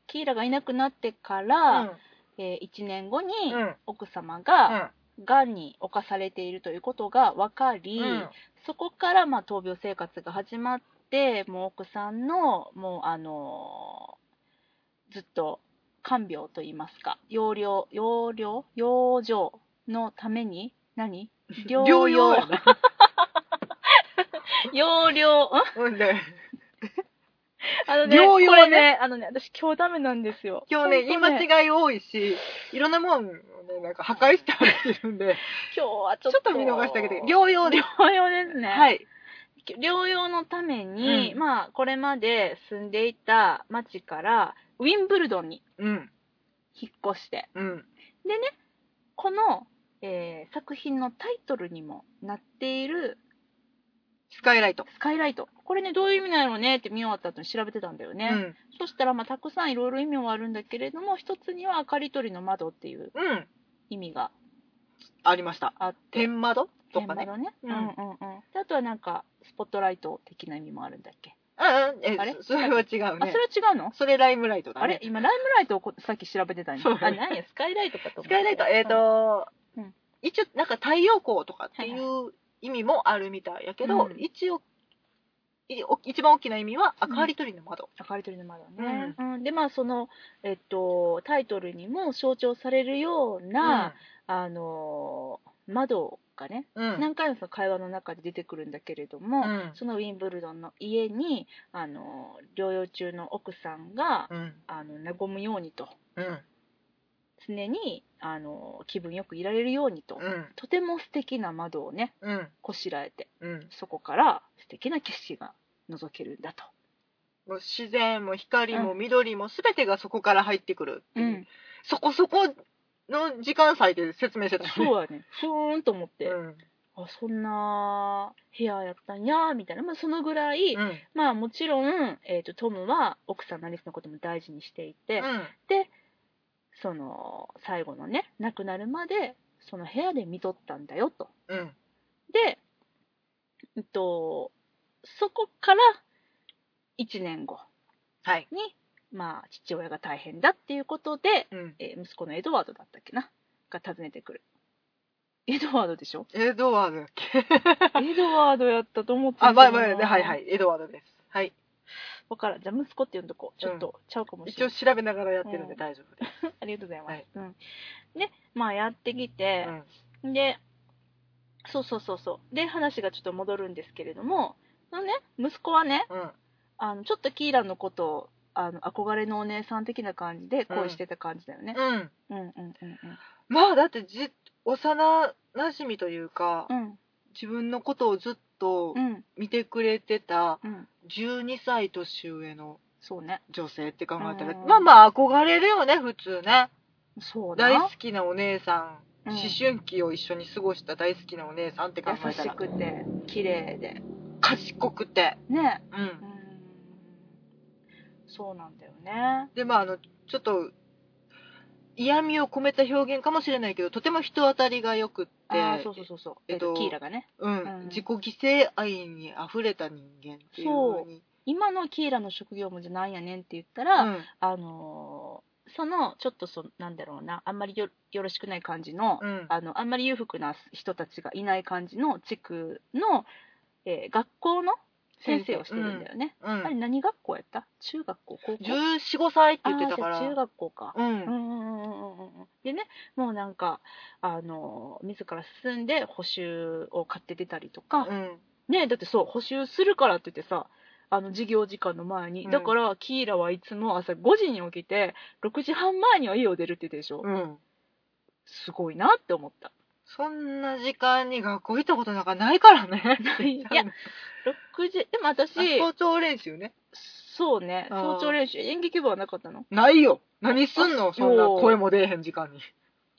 キーラがいなくなってから、え1年後に、
うん。うん。
奥様が、癌に侵されているということが分かり、
うん。
そこから、まあ、闘病生活が始まって、もう奥さんの、もう、あのーずっと、看病といいますか、要領、要領養生のために、何
療養やな。
要 領、ん
うんで、
あのね、
療養ね
これね、あのね、私今日ダメなんですよ。
今日ね、言い
本当
間違い多いし、いろんなもんをね、なんか破壊してあげてるんで、
今日はち
ち
ょ
ょ
っ
っ
と。
と見逃してあ げて、
療
療養です。
養ですね。。
はいい。
療養のために、
うん
まあ、これまで住んでいた町から、ウィンブルドンに
うん。
引っ越して、
うん。
この、えー作品のタイトルにもなっている、
スカイライト。
スカイライト。これね、どういう意味なのねって見終わった後に調べてたんだよ
う
ね。
ん。
そしたら、まあ、たくさんいろいろ意味はあるんだけれども、一つには、明かり取りの窓っていう
うん。
意味が
ありました。
あって。
天窓と
天
か
窓
ね。
ね。う
うんん
うんうん。であとはなんか、スポットライト的な意味もあるんだっけ。
うんうん。え
あれ、
そそれは違う
あ、
ね
そ。れは違うの、
それライムライトだ
あれ
ね。
今、ライムライトをこさっき調べてたんや。
そう
あ、何や、スカイライトかと思っ
ス
て。
カイライト、えっ、と
うん、
一応、なんか太陽光とかって
はい
いう意味もあるみたいやけど、
うん
一応、いお一番大きな意味は、明かり取りの窓。
明かり取りの窓ね、うんで、まあ、その、えっと、タイトルにも象徴されるような、あのー窓がね、
うん、うん。
何回もその会話の中で出てくるんだけれども、
うん
そのウィンブルドンの家に、あのー療養中の奥さんが、
うん。
あの、和むようにと、
うん。
常に、あのー気分よくいられるようにと、
うん。
とても素敵な窓をね、
うん。
こしらえて、
うん。
そこから素敵な景色が覗けるんだと。
もう自然も光も緑も全てがそこから入ってくるっていう、そこそこの時間割いて説明してたよね
そうやね。ふーんと思って、
うん
あ、そんな部屋やったんや、みたいな。まあ、そのぐらい、
うん
まあ、もちろん、えっ、と、トムは奥さんのアリスのことも大事にしていて、
うん
その、最後のね、亡くなるまで、その部屋で見とったんだよ、と。
うん
で、えっと、そこから、1年後
はい、
に、まあ、父親が大変だっていうことで、
うん、
えー息子のエドワードだったっけなが訪ねてくるエドワードでしょ
エドワードだっけ
エドワードやったと思って
あまあまあはいはいいエドワードですはい
分からんじゃあ息子って呼んどこうちょっとちゃうかもし
一
れ
応
ない、
調べながらやってるんで
うん
大丈夫です、
ありがとうございます、
はい
うん、でまあやってき
う
て、
ん
でそうそうそうそうで話がちょっと戻るんですけれどもそのね息子はね
うん
あのちょっとキーラのことをあの憧れのお姉さん的な感じで恋してた感じだよね、
うん、
うん、うんうんうん
まあだってじ幼なじみというか、
うん
自分のことをずっと
うん
見てくれてた
うん
12歳年上の
そうね
女性って考えたら、
うん
まあまあ憧れるよね普通ね
そうだ
大好きなお姉さん、
うん
思春期を一緒に過ごした大好きなお姉さんって考
優
えた
し
ら
くて綺麗で
賢くて
ね
う
うんんそうなんだよね
でまああのちょっと嫌味を込めた表現かもしれないけど、とても人当たりが良くって、
あーそうそうそうそう。
えっと
キーラがね。
うん
うん
自己犠牲愛に溢れた人間っていうのに。
今のキーラの職業もじゃなんやねんって言った
う
ら、
ん
あのーその、ちょっとその、なんだろうな、あんまりよよろしくない感じの、
うん
あの、あんまり裕福な人たちがいない感じの地区の、えー学校の先生をしてるんだよね。
うん
あれ何学校やった中学校高校
14、5歳って言ってたか
あーじゃあ中
ら。
学校か。
うん
う。んうんうんうんうんうんでね、もうなんか、あのー、自ら進んで補修を買って出たりとか、
うん。
ねえだってそう、補修するからって言ってさ、あの、授業時間の前に。
うん
だから、キーラはいつも朝5時に起きて、6時半前には家を出るって言ってるでしょ。
うん。
すごいなって思った。
そんな時間に学校行ったことなんかないからね。
いいや、6時、でも私、
校長練習ね。
そうね、
あー
早朝練習、演劇部はなかったの
ないよ。何すん
あ
のそんな
そう
声も出えへん時間に。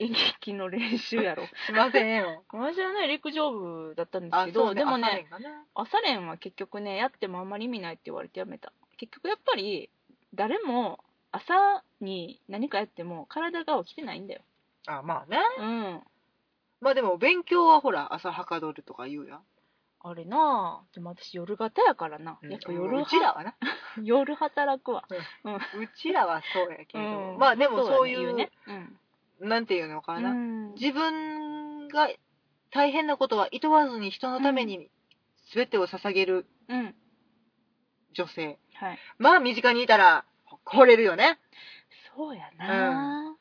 演劇の練習や ろ。
しませんよ。
私はね、陸上部だったんですけど、でもね、、
朝練が
朝練は結局ねやってもあんまり意味ないって言われてやめた結局やっぱり誰も朝に何かやっても体が起きてないんだよ
あ、まあね。
うん
まあでも勉強はほら、朝はかどるとか言うやん。
あれなあでも私夜型やからな、やっぱ夜
う
は
ちらはな。
夜働くわ
うちらはそうやけれども。
うん
まあでもそうい
だ
う、
ね
なんていうのか
う
な。
ん、うん、
自分が大変なことはいとわずに人のために全てを捧げる
うん
女性。
はい
まあ身近にいたら、惚れるよね。
そうやな、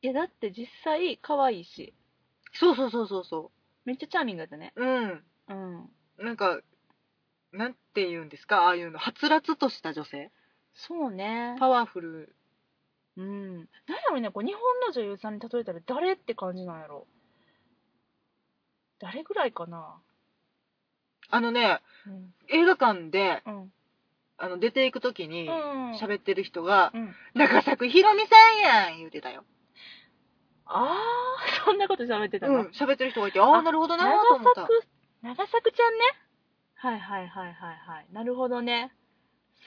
いやだって実際可愛いし
そうそうそうそうそ
めっちゃチャーミングだったね
う。うん。
うん
なんか、なんて言うんですかああいうの。はつらつとした女性。
そうね
パワフル。
うんなんやろねこう日本の女優さんに例えたら誰って感じなんやろ誰ぐらいかな
あのね、
うん
映画館で、
うん
あの、出ていくときに、
喋
喋ってる人が、
うん
長作ひろみさんやん言うてたよ。
あーそんなこと喋ってた
う
の、
ん、喋ってる人がいて、ああ、なるほどなーと
長
思った
作。長作ちゃんねはいはいはいはいはいなるほどね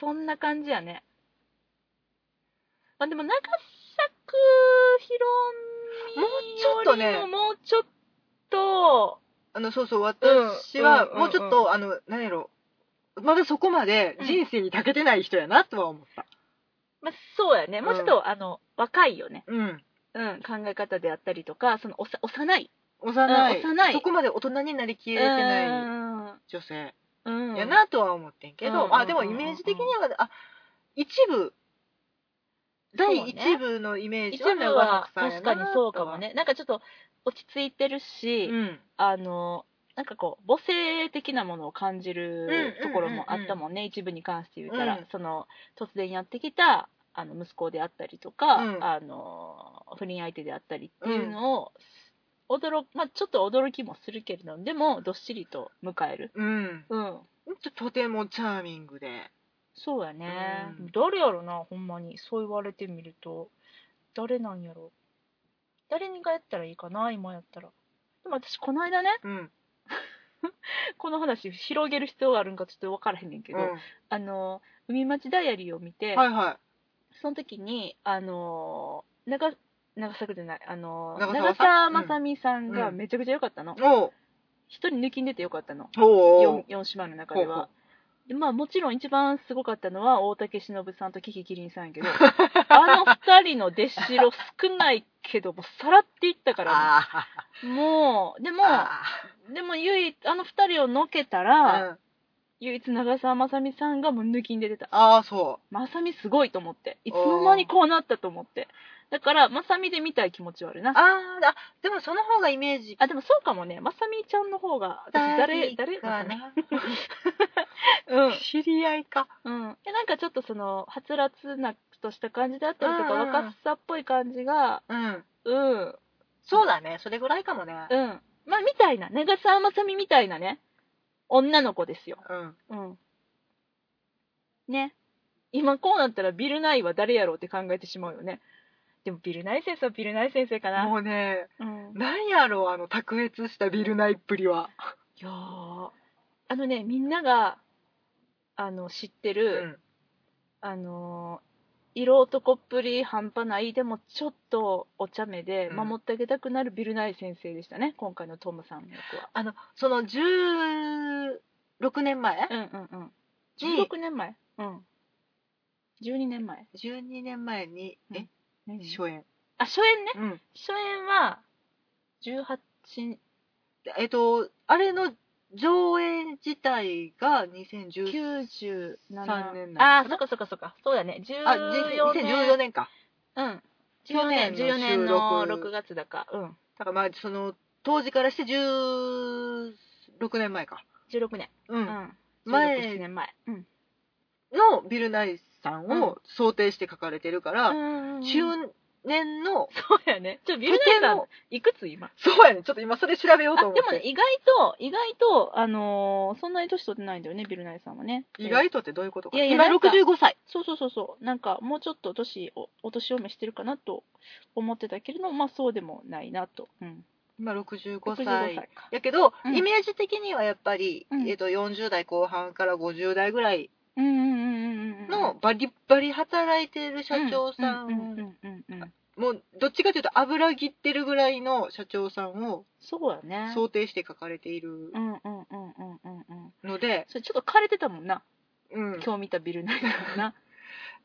そんな感じやねまあでも長作ひろみ
もうちょっとね
よりももうちょっと
あの、そうそう、私は、
うんうん
もうちょっと、あの、何やろ、まだそこまで人生に長けてない人やなとは思った。
まあそうやねもうちょっと、あの若いよね
うん。
うん、考え方であったりとか、そのおさ幼い。
幼
う
い。
ん幼い
そこまで大人になりきれてない女性
うん。
やなとは思ってんけ
うんうんうん
ど、あ、でもイメージ的には、あ、一部、
そう
第
ね
一部のイメー
一
ジ
部
は
は
長作さん
確
やな
か
と
に
は
そうかも。ね。なんかちょっと落ち着いてる
う
し、
ん。
あの、なんかこう、母性的なものを感じる
うん
ところもあったもんね、一部に関して言ったら、
うん
その、突然やってきた、あの、息子であったりとか、
うん
あの、不倫相手であったりっていうのを、驚、まあちょっと驚きもするけれども、でも、どっしりと迎える。
うん。
うん。
ととてもチャーミングで。
そうやね、
うん
誰やろなほんまにそう言われてみると誰なんやろ誰にがやったらいいかな今やったらでも私この間ね
うん。
この話広げる必要があるんかちょっと分からへんねんけ
け
ど、
どは
あの海町ダイアリーを見て、
いは
その時にあの長長作じゃないあの
長
長澤
澤さん
まさみさんが
うん
めちゃくちゃ良かったの
い。おう。
一、人抜きんでて良かったの
おう
四。四姉妹の中で
ほう
は
ほ。
でまあもちろん一番すごかったのは大竹しのぶさんとキキキリンさん やけど、あの二人の弟子ろ少ないけど、もうさらっていったから
ああ。
ね、もう、でも、
あ
でも唯一、あの二人をのけた
あ
ら、
うん
唯一長澤まさみさんがもう抜きんで出てた。
ああ、そ
まさみすごいと思って。いつの間にこうなったと思って。だから、まさみで見たい気持ちはある
う。
な。あ、
あーあ、でもその方がイメージ。
でもそうかもね。まさみちゃんの方が、私誰、誰
か
まさ
な。
みうん。
知り合いか。
うん、でなんかちょっとそのはつらつなとした感じであったりとか、
うんうん
若さっぽい感じが
うん。
うんうん
そうだね。それぐらいかもね。
まあみたいな長澤まさみみたいなね女の子ですよ
うん。
うんね今こうなったらビル・ナイは誰やろうって考えてしまうよねでもビル・ナイ先生はビル・ナイ先生かな、
もうね、
うん、
なんやろう、あの、卓越したビルナイっぷりは。
いやーあのねみんながあの知って
う
る、。あのー色男っぷり半端ない、でもちょっとお茶目で、
うん
守ってあげたくなるビルナイ先生でしたね、今回のトムさんの役は。
あの、その16年前
うんうんうん。
に
16年前うん。12年前
?12 年前に、
うん
え、
何
初演。
あ、初演ね。
うん。
初演は、18、
えっと、あれの上映自体が2013
97
3年な
あ
ん
ー、
ですね
そっかそっかそっか。そうだね。
あ、
14年。
2014年か。
うん。
去年の収録
14年の6月だか。うん。
だからまあ、その、当時からして16年前か。
16年。
う。
うんん。
前
16年前。うん。
のビル・ナイさんを想定して書かれてるから、
うん
中年の、
そうやね。 ちょ、ビルナイさん
と、
いくつ今
そうやね、ちょっと今それ調べよう
あ、
と
で
思
も
って。
ね、意外と、意外と、あのーそんなに年取ってないんだよね、ビルナイさんはね。
意外とってどういうことか。
いやいや
今
なんか
65歳。
そうそうそうそう。なんか、もうちょっと年を、お年を召してるかなと思ってたけれども、まあそうでもないなと。うん。
今65
65
歳。
歳か。
やけど、
うん
イメージ的にはやっぱり、
うん
えっと、40代後半から50代ぐらい
うんうんうんうんうん。
のバリバリ働いてる社長さ
うんうんうん
ん、
うんうんうん。
もうどっちかというと油切ってるぐらいの社長さんを
そうやね。
想定して書かれている
うんうんうんうんうんうん。
ので、
それちょっと枯れてたもんな。
うん、
今日見たビルナイさん な。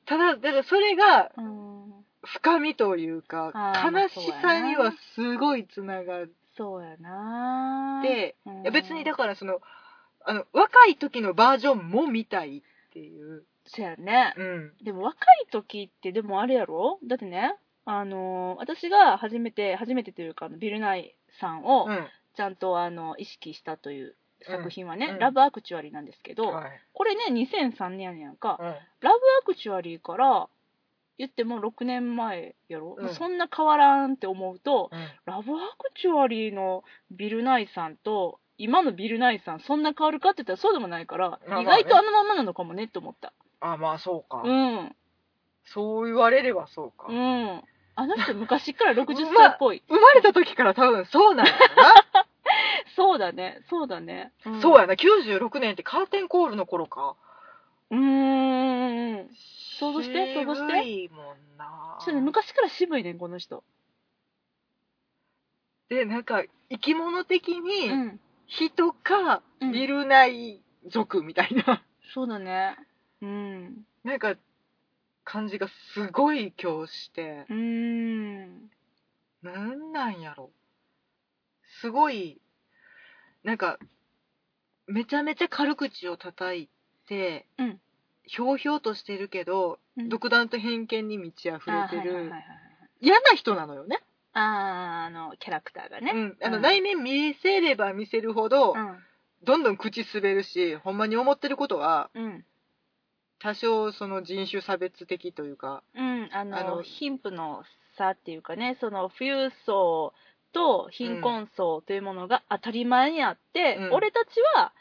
ただ、だからそれが
うん。
深みというか、
あー
悲しさにはすごいつながっ
そうやな。
て、
うん、
いや別にだからその、あの、若い時のバージョンも見たいっていう。
そうやね。
うん。
でも若い時ってでもあれやろだってね、あのー私が初めて、初めてというか、あのビルナイさんを
うん。
ちゃんと、あの、意識したという作品はね、
うん
ラブアクチュアリーなんですけど、
はい
これね、2003年やねんか、
うん
ラブアクチュアリーから言っても6年前やろ、
うん
そんな変わらんって思うと、
うん
ラブアクチュアリーのビルナイさんと、今のビルナイさん、そんな変わるかって言ったらそうでもないから、
まあ
意
まあね
外とあのままなのかもねって思った。
あ、まあそうか。
うん。
そう言われればそうか。
うん。あの人昔から60
うま
歳っぽい。
生まれた時から多分そうなんだ
そうだね、そうだね。ん
な。そうやな、96年ってカーテンコールの頃か。
うーん。想像して想像して
渋いもんな。
そうね、昔から渋いね、この人。
で、なんか、生き物的
う
に、
ん。
人か、
うん
ビルナイ族みたいな、
そうだね。うん。
なんか、感じがすごい今日して、
うーん。
なんなんやろ。すごい、なんか、めちゃめちゃ軽口を叩いて、
うん
ひょうひょうとしてるけど、
うん
独断と偏見に満ち溢れて
あはいはいはい
る
はい、
嫌な人なのよね。
あー、あの、キャラクターが
う
ね。
ん、あの
うん
内面見せれば見せるほど、
う
どんどん口滑るし、ほんまに思ってることは、
ん。うん。
多少その人種差別的というか、
うん、あの、
あの
貧富の差っていうかね、その富裕層と貧困層というものが当たり前にあって、
うん
俺たちは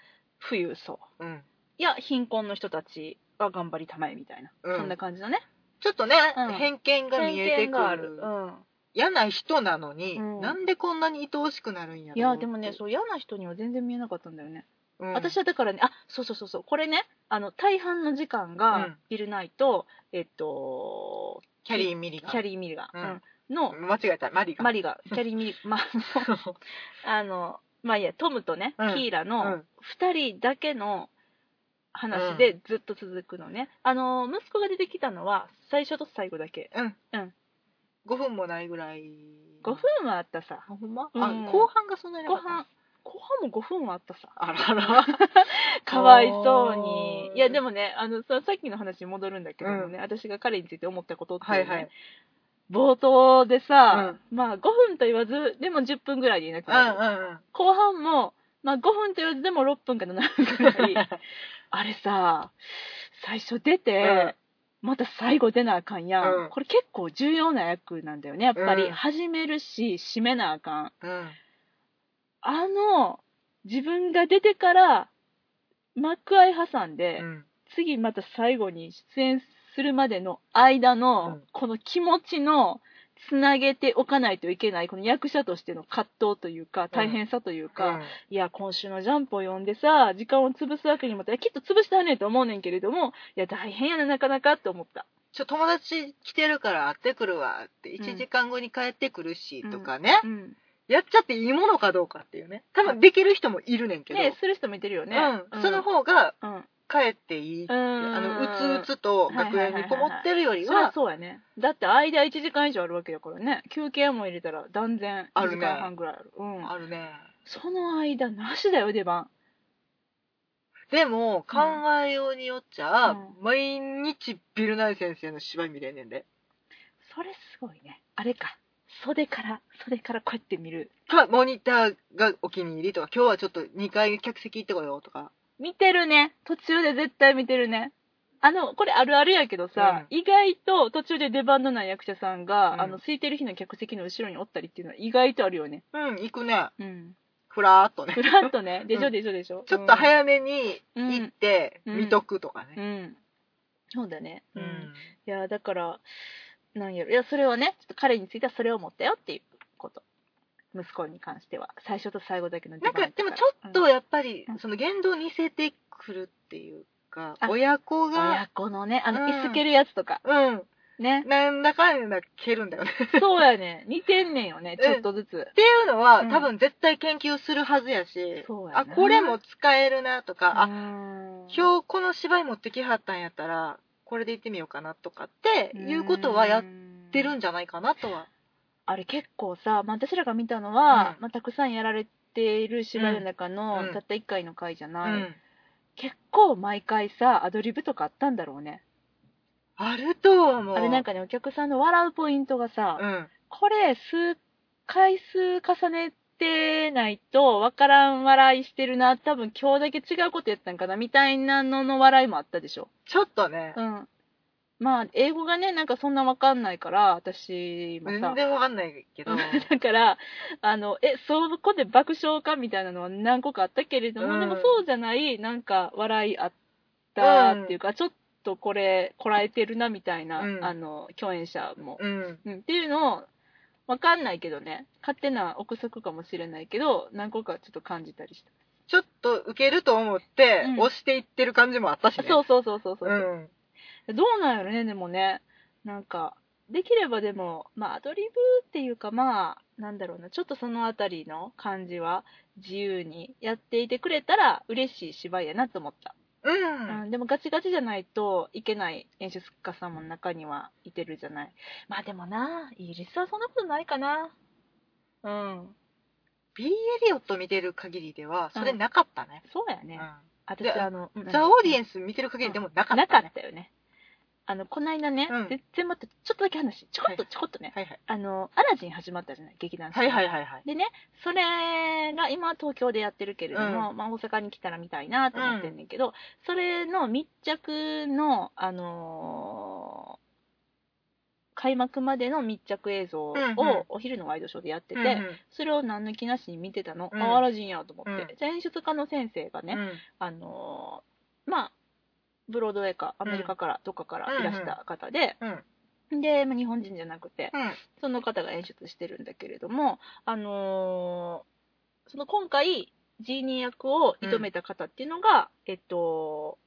富裕層。
うん、
いや、貧困の人たちは頑張りたまえみたいな、
うん
そんな感じだね。
ちょっとね、
うん
偏見が見えて
偏見
く
があ
る。
うん。
嫌な人なのに、
うん
なんでこんなに愛おしくなるんやろ
いや、でもね、
そ
そう、嫌な人には全然見えなかったんだよね。
う
私
は、
はだからね、あ、そうそうそうそう、これね、あの、大半の時間
う
が
ん、
ビルナイと、えっと、
キャリー・ミリが。
キャリー・ミリガン、
うん
うんの、
間違えた、マリが。
マ
リ
リが、キャリー・ミリ、 まあ、あの、まあいいや、トムとね、
うん
キーラ
う
の
ん
2人だけの話でずっと続くのね。あの、息子が出てきたのは最初と最後だけ。
うん。
うん
5分もないぐらい。
5分はあったさ。
あ、ほんま、
うん
あ、後半がそんなにな
後
かった
半、後半も5分はあったさ。
あらあら。
かわいそうに
あ。ー
いや、でもね、あの、ささっきの話に戻るんだけどもね、私が彼について思ったことっていうね、
はいはい
冒頭でさ、まあ5分と言わず、でも10分ぐらいでいなく
う
なる。
んうん
後半も、まあ5分と言わずでも6分か7分く らい。あれさ、最初出て、また最後出なあかんやん。
うん
これ結構重要な役なんだよね、やっぱり。
うん
始めるし、締めなあかん。
うん。うん。
あの、自分が出てから、幕開挟んで、
うん。
次また最後に出演するまでの間の、
うん
この気持ちの、つなげておかないといけない、この役者としての葛藤というか、大変さというか、いや、今週のジャンプを読んでさ、時間を潰すわけにもいや、きっと潰してはんねえと思うねんけれども、いや、大変やな、なかなかって思った。
ちょ、友達来てるから会ってくるわって、
ん
1時間後に帰ってくるし、
うん
とかね、
うん。
やっちゃっていいものかどうかっていうね。多分できる人もいるねんけど。
ねする人もいてるよね。
うん、その、方が
うん。うん。
帰っていい。あの、うつう
つ。
つと学園にこもってるより
そりゃ
は、
そうやね。だって間1時間以上あるわけだからね。休憩も入れたら断然
あ
1
る
時
ね
間半ぐらいある。うん。
あるね。
その間なしだよ、出番。
でも、考えようによっちゃ、
うん
毎日ビルナイ先生の芝居見れんねんで。
それすごいね。あれか。袖から、袖からこうやって見る。
か、モニターがお気に入りとか、今日はちょっと2階客席行ってこようとか。
見てるね。途中で絶対見てるね。あの、これあるあるやけどさ、意外と途中で出番のない役者さんが、
うん
あの、空いてる日の客席の後ろにおったりっていうのは意外とあるよね。
うん、行くね。
うん。
ふらーっとね
ふ。らっとね、でし
う
ょ
ん
でしょでしょ。
ちょっと
い。
早めに
うん
行って、
うん
見とくとかね。
うん。そうだね。
うん。
いや、だから、なんやろ。いや、それをね、ちょっと彼についてはそれを持ったよっていうこと。息子に関しては。最初と最後だけの出
なん
番
か、
だ
で
ら
もちょっ
うん
とやっぱり
うん、
その言動に似せてくるっていうか、
あ
親子
親
が、
子のね、あの、
うん
いすけるやつとか。
うん、
ね。
なんだかんだ蹴るんだよね。っ
そうやね。似てんねんよね、ちょっとずつ。
ていうのは、
うん
多分絶対研究するはずやし、
そうやな
あ、これも使えるなとか、あ、
あ
今日この芝居持ってきはったんやったら、これで行ってみようかなとかっていうことはやっ
って
るんじゃないかなとは。
あれ結構さ、まあ、私らが見たのは、
うん
まあ、たくさんやられている芝居の中の、
うん
たった1回の回じゃ
う
ない、
ん。
結構毎回さアドリブとかあったんだろうね
あると思う。
あれなんかねお客さんの笑うポイントがさ、
うん。
これ数回数重ねてないとわからん笑いしてるな多分今日だけ違うことやったんかなみたいなのの笑いもあったでしょ
ちょっとね、
うんまあ英語がねなんかそんなわかんないから私もさ
全然わかんないけど。
だから、あの、え、そこで爆笑かみたいなのは何個かあったけれども、
うん
でもそうじゃない、なんか笑いあったっていうか、ちょっとこれ、こらえてるなみたいな、
うん
あの、共演者も。
うん。
うん、っていうのを、わかんないけどね、勝手な憶測かもしれないけど、何個かちょっと感じたりした。
ちょっと受けると思って、
うん
押していってる感じもあったしね。
そうそうそうそうそうう、
ん。
どうなんやろね、でもね。なんか、できればでも、まあ、アドリブっていうか、まあ、なんだろうな、ちょっとそのあたりの感じは自由にやっていてくれたら嬉しい芝居やなと思った。
うん。
うん、でもガチガチじゃないといけない演出家さんも中にはいてるじゃない。まあでもな、イギリスはそんなことないかな。うん。
ビー・エリオット見てる限りでは、それなかったね。
そうやね。私、
で
あの、
う。
なんんだ
ザ・オーディエンス見てる限りでもなかった、ね
なかったよね。あの、こないだね、
うん
全然待って、ちょっとだけ話、ちょこっとちょこっとね、
はいはい。
あの、アラジン始まったじゃない、劇団四季
はいはいはいはい。
でね、それが今東京でやってるけれども、まあ大阪に来たら見たいなと思ってんねんけど、それの密着の、あのー開幕までの密着映像を
うんうん
お昼のワイドショーでやってて、
うんうん
それを何の気なしに見てたの、
うん
あアラジンやと思って、
う
じゃあ演出家の先生がね、あのーまあブロードウェイかアメリカから、どっかからいらした方で、
うん。うん。
で、まあ、日本人じゃなくて、
うん。
その方が演出してるんだけれども、あのーその今回、ジーニー役を射止めた方っていうのが、えっと、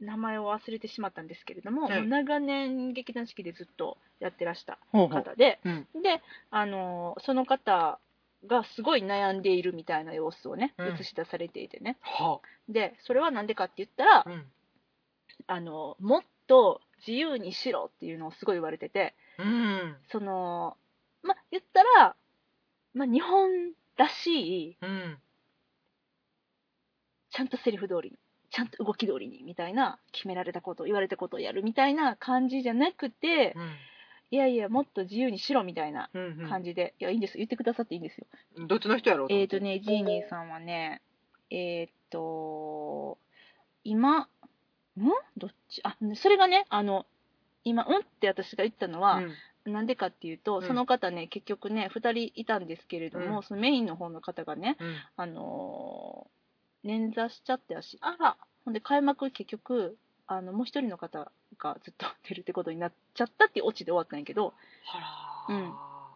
名前を忘れてしまったんですけれども、
はい
もう長年劇団四季でずっとやってらした
ほうほう。
方で、
うん。
で、あのーその方がすごい悩んでいるみたいな様子をね、
うん
映し出されていてね。
は
で、それはなんでかって言ったら
あ。、うん。
あのーもっと自由にしろっていうのをすごい言われてて、
うん。
その、ま、言ったら、ま、日本らしい、
うん。
ちゃんとセリフ通りに、ちゃんと動き通りに、みたいな、決められたこと、言われたことをやるみたいな感じじゃなくて、いやいや、もっと自由にしろ、みたいな
うん。うん。
感じで、いや、いいんです、言ってくださっていいんですよ。
どっちの人やろう
えーとね、ジーニーさんはね、えーと、今、んどっちあ、それがね、あの、今、うんって私が言ったのは、
うん。
なんでかっていうと、
うん
その方ね、結局ね、2人いたんですけれども、
うん
そのメインの方の方がね、
うん。
あのー捻挫しちゃってやし、あら、ほんで開幕結局、あの、もう一人の方がずっと出るってことになっちゃったっていうオチで終わったんやけど、
はら
うん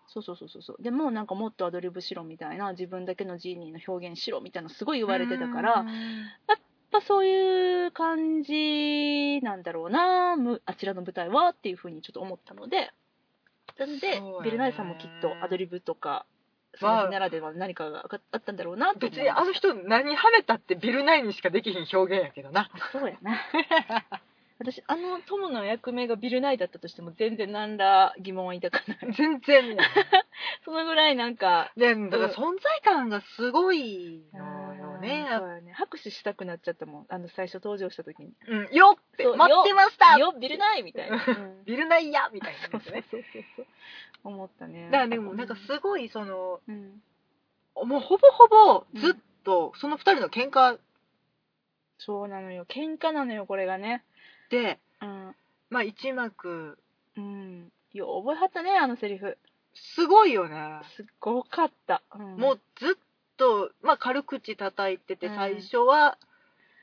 そうそうそうそうそう。でもうなんかもっとアドリブしろみたいな、自分だけのジーニーの表現しろみたいなのすごい言われてたから、
うん
やっぱそういう感じなんだろうな、むあちらの舞台はっていうふうにちょっと思ったので、なんで、
そうやね
ベルナイさんもきっとアドリブとか、その日ならではの何かがああったんだろうなって思いま
別
し
に
た
あの人何はめたってビルナイにしかできひん表現やけどな。
そうや な。私、あの友の役名がビルナイだったとしても全然何ら疑問は抱 かない。
全 然ね。
そのぐらいなんか、
ね、だから存在感がすごいのよね。
そうやね拍手したくなっちゃったもん。あの、最初登場した時に。
うん、よっって
そう
待ってました
よ、ビルナイみたいな。うん
ビルナイやみたいな
そう
やつ
そう
ね。
そうそう。思ったね。
だからでもなんかすごいその、
うん。
もうほぼほぼずっとその二人の喧嘩
そうなのよ。喧嘩なのよ、これがね。
で、
うん。
まあ一幕、
うん。よう覚えはったね、あのセリフ。
すごいよね。
すっごかった。うん
もうずっと、まあ軽口叩いてて
うん
最初は、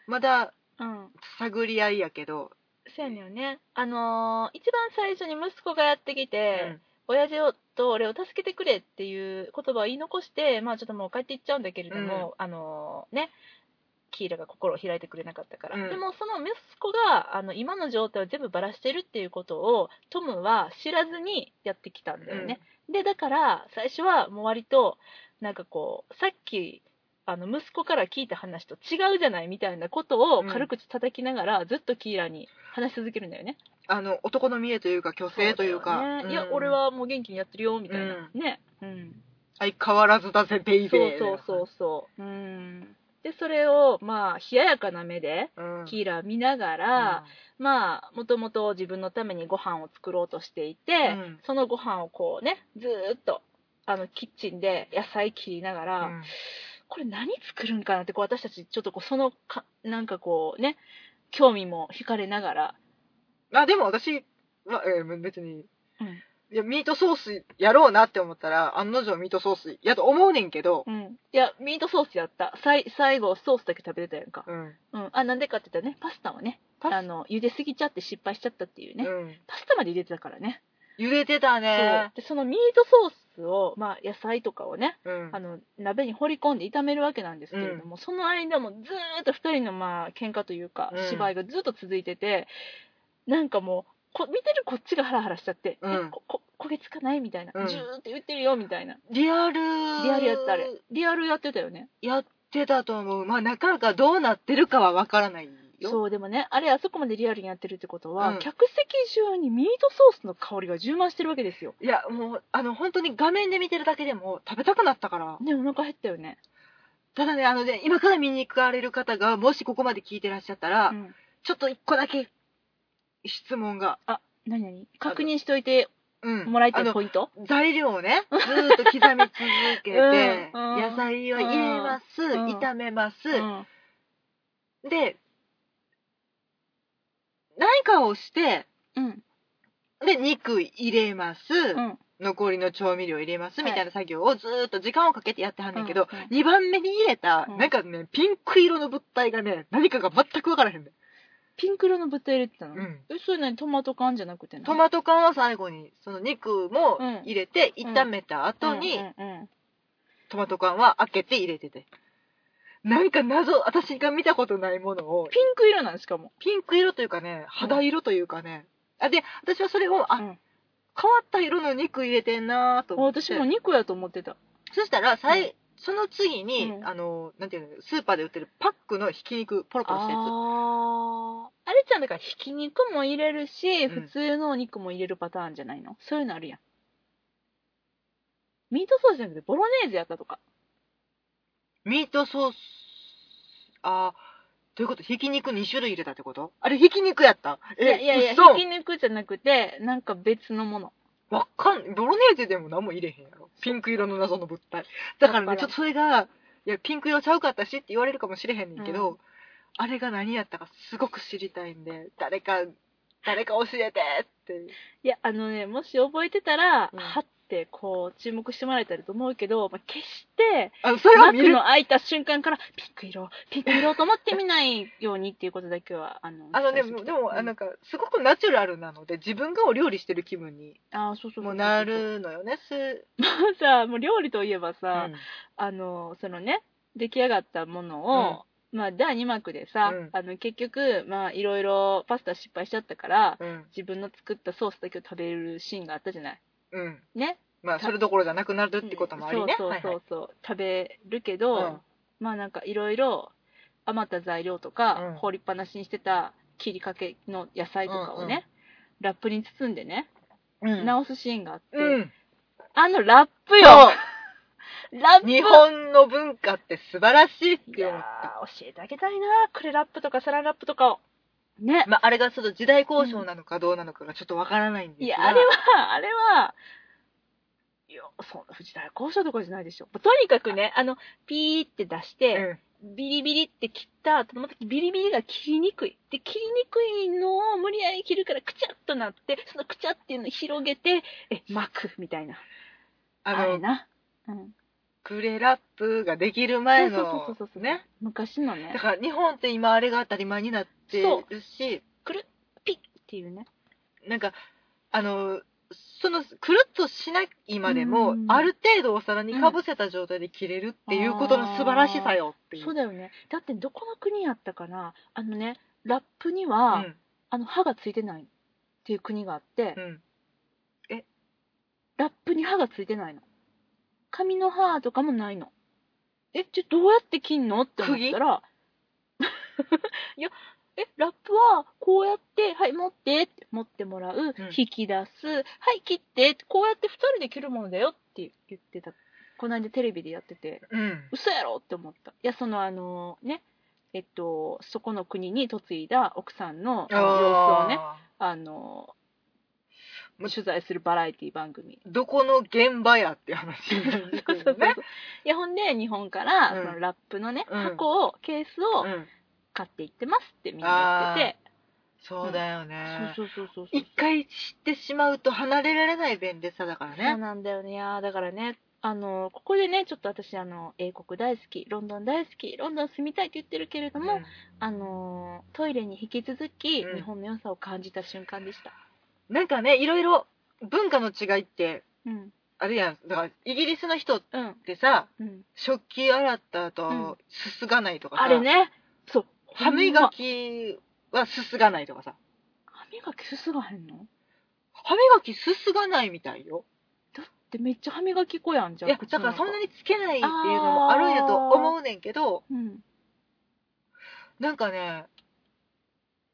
まだ
うん。
探り合いやけど、
そうやねんよね。あのー一番最初に息子がやってきて、親父をと俺を助けてくれっていう言葉を言い残して、まあちょっともう帰っていっちゃうんだけれども、あのーね、キーラが心を開いてくれなかったから。
うん
でもその息子が、あの、今の状態を全部バラしてるっていうことを、トムは知らずにやってきたんだよね。で、だから、最初はもう割と、なんかこう、さっき、あの、息子から聞いた話と違うじゃないみたいなことを
うん
軽口叩きながら、ずっとキーラに話し続けるんだよね。
あの、男の見栄というか、虚勢という
そうだ
か、
よね
うん
いや、俺、はもう元気にやってるよ、みたいな。ね。うん。
相変わらずだぜ、ベイ
そう
ベー。
そうそうそう。うん。で、それを、まあ、冷ややかな目で、
うん。
キーラは見なが
うん
ら、まあ、もともと自分のためにご飯を作ろうとしていて、
うん
そのご飯をこうね、ずーっと、あの、キッチンで野菜切りながら、
うん
これ何作るんかなって、こう、私たち、ちょっとこう、そのか、なんかこうね、興味も惹かれながら、
あ、でも私は、えー別に、
うん
いや、ミートソースやろうなって思ったら、案の定ミートソースやと思うねんけど、
うん。いや、ミートソースやった。さい最後、ソースだけ食べてたやんか。
うん。
うん。あ、なんでかって言ったらね、パスタはね、
パス
あの、茹ですぎちゃって失敗しちゃったっていうね。
うん。
パスタまで茹でてたからね。
茹でてたね。
そう。で、そのミートソースを、まあ、野菜とかをね、
うん
あ。の、鍋に放り込んで炒めるわけなんですけれども、その間もずーっと二人の、まあ、喧嘩というか
う、ん
芝居がずっと続いてて、なんかもう、こ見てるこっちがハラハラしちゃって、
うん
えここ焦げつかないみたいな、
うん
ジューって言ってるよみたいな。
リアル。
リアルやったあれ。リアルやってたよね。
やってたと思う。まあ、中がどうなってるかはわからないよ。
そうでもねあれあそこまでリアルにやってるってことは、
うん
客席中にミートソースの香りが充満してるわけですよ
いや、もう、あの、本当に画面で見てるだけでも食べたくなったから。
ねお腹減ったよね、
ただね、あのね、今から見に行かれる方が、もしここまで聞いてらっしゃったら、
うん、
ちょっと一個だけ、質問が。
何何確認しといて
うん。
もらいた
あ
い
の
ポイント
材料をね、ずーっと刻み続け て、
うんうん
野菜を入れます、
ん
炒めます、
うん
で、何かをして、
うん
で、肉入れます、
うん
残りの調味料入れます、
はい
みたいな作業をずーっと時間をかけてやってはんねんけど、
うんうん
2番目に入れた、
うん
なんかね、ピンク色の物体がね、何かが全くわからへんねん。
ピンク色の豚入れてたの、
うん
えそれ何トマト缶じゃなくて
ト
ト
マト缶は最後に、その肉も入れて、
うん
炒めた後に、
うんうんうん
トマト缶は開けて入れてて。なんか謎、私が見たことないものを、
ピンク色なんしかも
ピンク色というかね、肌色というかね。あで、私はそれを、あ、
うん
変わった色の肉入れてんなーと
あ
思って。
私も肉やと思ってた
そしたら、さい、
う
その次に、
うん
あの、なんていうの、スーパーで売ってるパックのひき肉、ポロポロしたやつ。
ああれちゃんだからひき肉も入れるし、
うん
普通のお肉も入れるパターンじゃないのそういうのあるやんミートソースじゃなくてボロネーゼやったとか
ミートソース、あー、どういうことひき肉2種類入れたってことあれ、ひき肉やったえ、
いやいやいや
嘘
ひき肉じゃなくてなんか別のもの
わかん、ボロネーゼでも何も入れへんやろ。ピンク色の謎の物体。だから
わからん
ね、ちょっとそれが、いや、ピンク色ちゃうかったしって言われるかもしれへんねんけど、
う
あれが何やったかすごく知りたいんで、誰か、誰か教えてっていう。
いやあのねもし覚えてたら、
うん
はってこう注目してもらえたらと思うけど、まあ、決して
あの、それは見
幕
る。
の開いた瞬間からピンク色ピンク色と思って見ないようにっていうことだけ はあの
あの
伝
ね、
えしと
もう
き
で
たい
も、
うん
あなんか、すごくナチュラルなので、自分がお料理してる気分に
あーそうそうそうそう
もなるのよね、す。
さもう料理といえば
う
さ、
ん
あのそのね出来上がったものを、まあ、第2幕でさ、
うん
あの、結局、まあ、いろいろパスタ失敗しちゃったから、
うん。
自分の作ったソースだけを食べるシーンがあったじゃない。
うん。
ね。
まあ、それどころじゃなくなるってこともありね。
うんそうそうそうそう、食べるけど、
うん
まあなんかいろいろ余った材料とか、
うん
放りっぱなしにしてた切りかけの野菜とかをね、
うんうん
ラップに包んでね、
はいはい
直すシーンがあって、
うん。うん。
あのラップよ
そう
ラップ
日本の文化って素晴らしいっ
い
て
や
思った。
ー教えてあげたいなクレラップとかサランラップとかを。ね。
まあ、あれがちょっと時代交渉なのかどうなのかがちょっとわからないんですが。
いや、あれは、あれは、いや、そんな藤田交渉とかじゃないでしょ。とにかくね、あの、ピーって出して、
うん、
ビリビリって切った後、またビリビリが切りにくい。で、切りにくいのを無理やり切るから、くちゃっとなって、そのくちゃっていうのを広げて、え、巻く、みたいな。あ
あ
れ
の、
な。うん。
クレラップができる前の、
そうそうそうそう。
ね。。
昔のね
だ、から日本って今あれが当たり前になってるし、
ピッっていうね。
なんか、あの、その、くるっとしないまでも、
うん
ある程度お皿にかぶせた状態で切れるっていうことの素晴らしさよっていう。
そう
だ
だよね。だって、どこの国やったかなあのね、ラップには、
うん。
あの、歯がついてないっていう国があって、
うん。
ラップに歯がついてないの。髪の歯とかもないの。え、じゃあどうやって切んのって思ったら、 いや、え、ラップはこうやって、はい、持ってって、持ってもらう、引き出す、はい、切ってって、こうやって二人で切るものだよって言ってた。この間テレビでやってて、
うん。
嘘やろって思った。いや、そのあの、ね、えっと、そこの国に嫁いだ奥さんのあの様子をね、
あ
あの、
もう
取材するバラエティ番組。
ーどこの現場やって話になっ て
そ
く
う
る
そうそ
よ
う
ね。
いや、ほんで、日本から、
うん
そのラップのね、
うん
箱を、ケースを
うん
買っていってますってみんな言ってて。
そうだよね。
そうそうそうそうそう。
一回知ってしまうと離れられない便利さだから
そう
ね。
なんだよね。いやーだからね、あの、ここでね、ちょっと私、あの、英国大好き、ロンドン大好き、ロンドン住みたいって言ってるけれども、
うん
あのー、トイレに引き続き、
うん
日本の良さを感じた瞬間でした。
なんかね、いろいろ文化の違いって、
うん。
あるやん。だから、イギリスの人っ
うん。
てさ、
うん。
食器洗った後、
うん
すすがないとかさ、
あれね、そう。
歯
ほん
磨
ま
きはすすがないとかさ、
歯磨きすすがへんの
歯磨きすすがないみたいよ。
でめっちゃ歯磨き粉やんじゃん。
いや、だからそんな
に。
につけないっていうのもあるんやと思うねんけど、
うん。
なんかね、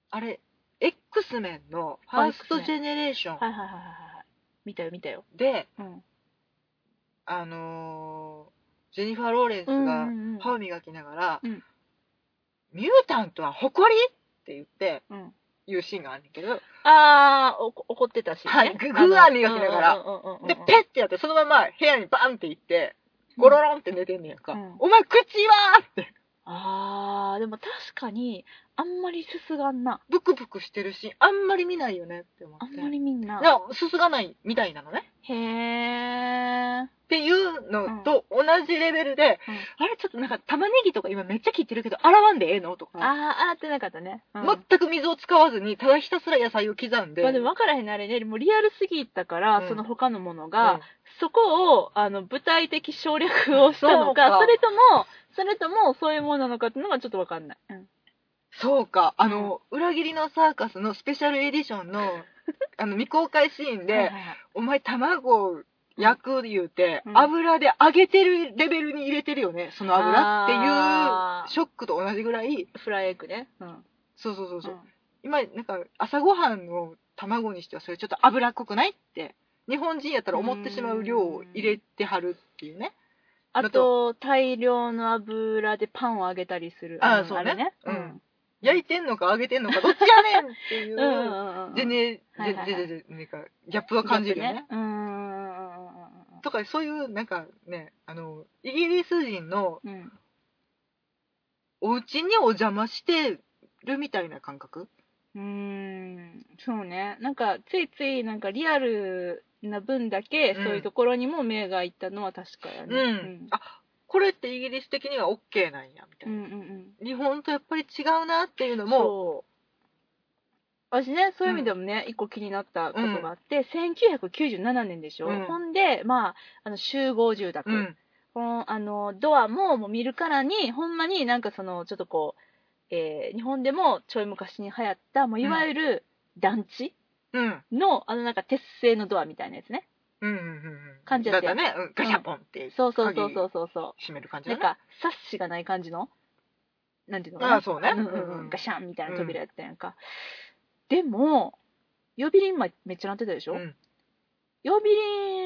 あれ、X メンのファーストジェネレーショ
は
ン
いはいはいはいはい。見たよ見たよ。
で、
うん。
あのージェニファー・ローレンス
う
が
んうんうん
歯を磨きながら、
うん
ミュータントは誇りって言って
うん、
言うシーンがあんねんけど、
ああ、おこ怒ってたし、ね。
はいぐぐわー磨きながら
うんうんうんうんうん
で、ペッてやって、そのまま部屋にバンって行って、ゴロロンって寝てんねやんか。
うん
お前、口はって、
ああ、でも確かに、あんまりすすがんな。
ブクブクしてるし、あんまり見ないよねって思って。
あんまりみんな。
なんかすすがないみたいなのね。
へえ。
っていうのと同じレベルで、
うん
あれちょっとなんか玉ねぎとか今めっちゃ切ってるけど、洗わんでええのと
あ
か、
あ、洗ってなかったね。うん
全く水を使わずに、ただひたすら野菜を刻んで。
まあでも分からへんなあれね、もうリアルすぎたから、
うん
その他のもの
う
が
ん、
そこを、あの、舞台的省略をしたのか、
そうか
それとも、それとも、そういうものなのかっていうのがちょっと分かんない。うん。
そうか、あの、裏切りのサーカスのスペシャルエディシ ョンの、あの、未公開シーン
はい
で
は、いはい
お前卵を焼く言うて、
うん
油で揚げてるレベルに入れてるよね、その油って
あ
いう
ー
ショックと同じぐらい、
フライエッグね。うん。
そうそうそうそう、
うん
今、なんか朝ごはんの卵にしてはそれちょっと油っこくないって、日本人やったら思ってしまう量を入れてはるっていうね。
あと、大量の油でパンを揚げたりする。
あー
の
そうね
れね。
う
うんん。
焼いてんのか揚げてんのかどっちやねんってい
うん
う、
うんうん。
全然、
はいはいはい
全然、全然なんかギャップは感じるよね。
うんうんうん
とかそういうなんかねあのイギリス人の
うんうん。うん。
お家にお邪魔してるみたいな感覚
うーん。そうね。なんか、ついつい、なんかリアルな分だけ、
う
そ
ん
ういうところにも目がいったのは確かや
う
ね。
ん、あこれってイギリス的には OK なんやみ
う
たい
ん
な、
うんうん。
日本とやっぱり違うなっていうのも
そう。私ね、そういう意味でもね、一個気になったことがあって、1997年でしょ。
うん
ほんで、まあ、あの集合住宅。
うん
この、あの、ドアももう見るからに、ほんまになんかその、ちょっとこう、えー日本でもちょい昔に流行った、もういわゆる団地
うん。
の、あのなんか鉄製のドアみたいなやつね。
うんうんうんうん。
感じや
だ
っ
ってたね。うんガシャポンって
そうそうそうそうそうそう。
閉める感じ
な
だ
ん
ね。
か、サッシがない感じの、なんていうのかな。
ああ、そうね。
うんうんうん、ガシャンみたいな扉やったやんか。でも、呼び鈴まめっちゃ鳴ってたでしょ、
うん
呼び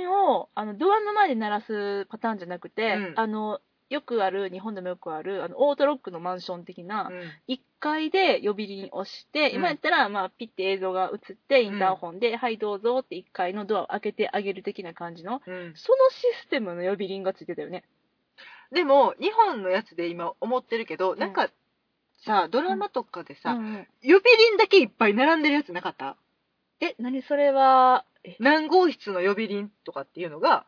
鈴をあのドアの前で鳴らすパターンじゃなくて、
うん
あのよくある、日本でもよくある、あのオートロックのマンション的な、
うん
1階で呼び鈴を押して、
うん
今やったら、まあ、ピッて映像が映って、インターホンで、はい、どうぞって1階のドアを開けてあげる的な感じの、
うん
そのシステムの呼び鈴がついてたよね。
でも日本のやつで今思ってるけど、なんかさドラマとかでさ、
うんうん
呼び鈴だけいっぱい並んでるやつなかった
え、何それは、え、
何号室の呼び鈴とかっていうのが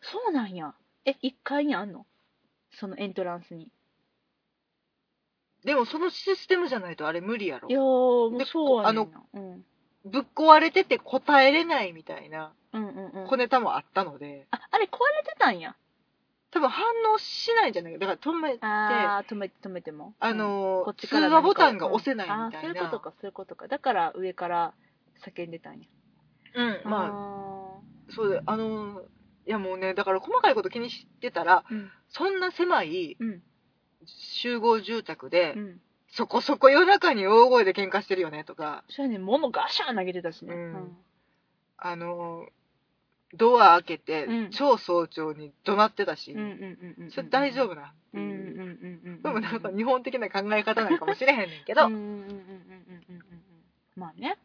そうなんや。え、1階にあんのそのエントランスに。
でもそのシステムじゃないとあれ無理やろ
いやー、もう
で
そうやねんな
こ
うん。
ぶっ壊れてて答えれないみたいな
うんうんうん。
小ネタもあったので
あ、あれ壊れてたんや。
多分反応しないんじゃないかだから止め
あー、止めて、止めても。
あ
うん、
のー
こっち
通
から
話ボタンが押せないみたい
あー、そういうこ
な
とか、そういうことか。だから上から叫んでたんや。
うんまあ
あ
そうだあのーいやもうねだから細かいこと気にしてたら
ー。うん。
そんな狭い
うん。
集合住宅で、
うん。
そこそこ夜中に大声で喧嘩してるよねとか、
そうやねん、物ガシャー投げてたしね。
うんあの、ドア開けて
うん、
超早朝に怒鳴ってたし、
うんうんうんうん。
それ大丈
夫。
夫な。
うんうんうんうん。
でもなんか日本的な考え方なんかもしれへんねんけど、
うんうんうんうんうんうんうんうん。まあね。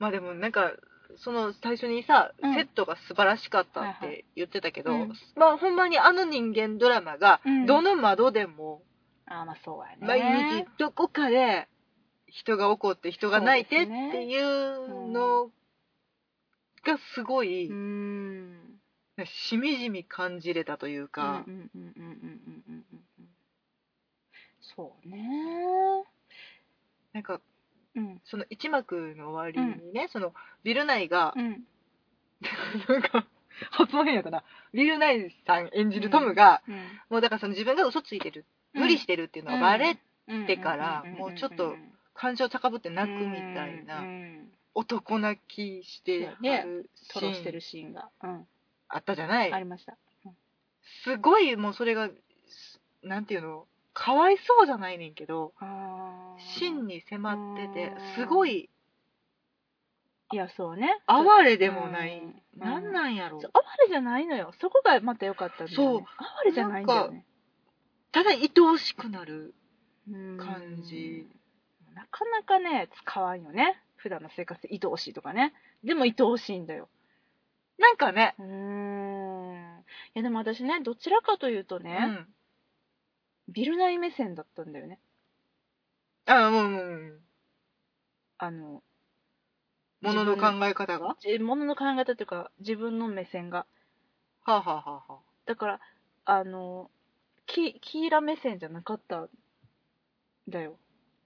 まあでもなんか、その最初にさ、
うん
セットが素晴らしかったっ
はいは
て言ってたけど、
うん
まあほんまにあの人間ドラマが
うん、
どの窓でも、
あーまあそうやね。
毎日どこかで人が怒って人が泣いてっていうのがすごい、
うーん。
しみじみ感じれたというか、
うんうんうんうんうんうんうんうん。そうね。
なんか
うん。
その一幕の終わりにね、そのビルナイが、
うん。
なんか発音変やったなビルナイさん演じるトムが、
うん
もうだからその自分が嘘ついてる無理してるっていうのがバレてからもうちょっと感情高ぶって泣くみたいな、
うんうん
男泣きしてはるシ
ト
ー
ロして
ン
るシーンが、うん、
あったじゃない、
ありました。
すごいもうそれがすなんていうのかわいそうじゃないねんけど
あー
真に迫ってて
うん
すごい
いや、そうね。
哀れでもない、
うん
なんなんやろ
そう哀れじゃないのよ。そこがまた良かったんだよ、
そう
ね。哀れじゃないんだよね。
ただ愛おしくなる
うん
感じ
なかなかね使わんよね普段の生活で愛おしいとかねでも愛おしいんだよ
なんかね
うーんいやでも私ねどちらかというと
う
ね、
ん
ビルナイ目線だったんだよね
あもうもうもう
あの
ものの考え方がは
え物の考え方というか自分の目線が
あ、はあはあはあ、
だからあのキキーラ目線じゃなかったんだよ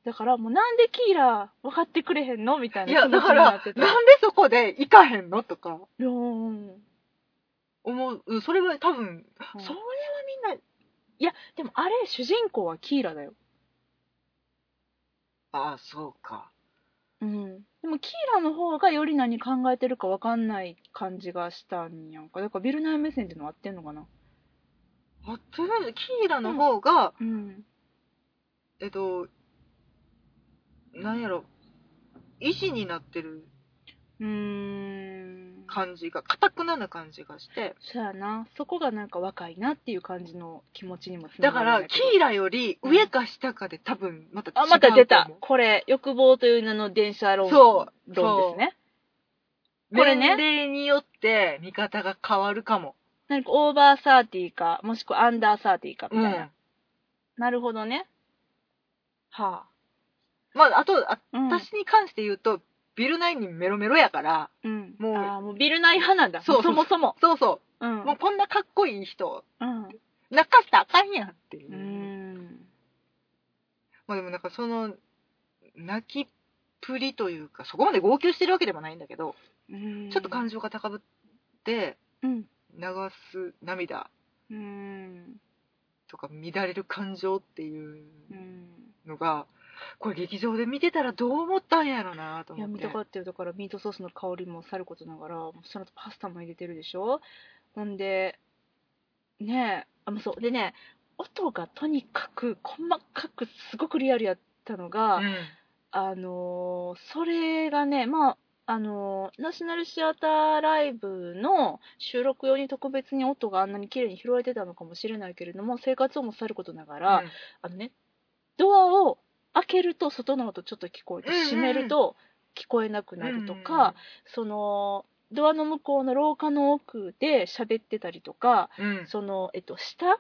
だからもうなんでキーラ分かってくれへんのみたい
い
な
や
気持
だ
ち
か
にな
ら
ってた
なんでそこで行かへんのとか
いやうん
思ううんそれは多分、それはみんない
やでもあれ主人公はキーラだよ
ああそうか
うん、でもキーラの方がより何考えてるか分かんない感じがしたんやんかだからビルナイ目線っていうのは合ってんのかな
あとりあえずキーラの方が、
うん
えっとなんやろ意地になってる
うーん
感じがかくなな感じがして
そうやなそこがなんか若いなっていう感じの気持ちにもつ
だ
が
か
るん
ら
や
キ
けど
ーラより上か下かで多分また違うと
あ
思う
また出たこれ欲望という名の電車論
そう
論ですねこ
こ
れ
れ
ね
ね。年齢によって見方が変わるかも。
なんかオーバーサーティーかもしくはアンダーサーティーかみ
うん
たいな、。なるほどねは
まあ、あと、あ
あうん
私に関して言うと、ビルナインにメロメロやから、
うん、
もう
あーもうビルナイ派なんだ
そう
そもそも
そうそ
うん
う、もうこんなかっこいい人、
うん
泣かしたらあかんやんっていうう。
ーん
まあでもなんかその、泣きっぷりというか、そこまで号泣してるわけでもないんだけど、
ち
ちょっと感情が高ぶって、
うん、
流す涙
うん。
とか乱れる感情っていう
うん。
のがこれ劇場で見てたらどう思ったんやろなと
いや、
思っ
見
て
たかったよ。だから、ミートソースの香りもさることながら、もうその後パスタも入れてるでしょほんで、ねえ、あ、もうそう。でね、音がとにかく細かくすごくリアルやったのが、
うん
あのーそれがね、まあ、あのーナショナルシアターライブの収録用に特別に音があんなに綺麗に拾えてたのかもしれないけれども、生活音もさることながら、
うん
あのね、ドアを開けると外の音ちょっと聞こえて、
うんうんうん
閉めると聞こえなくなるとか、その、ドアの向こうの廊下の奥で喋ってたりとか、
うんうん
その、えっと、下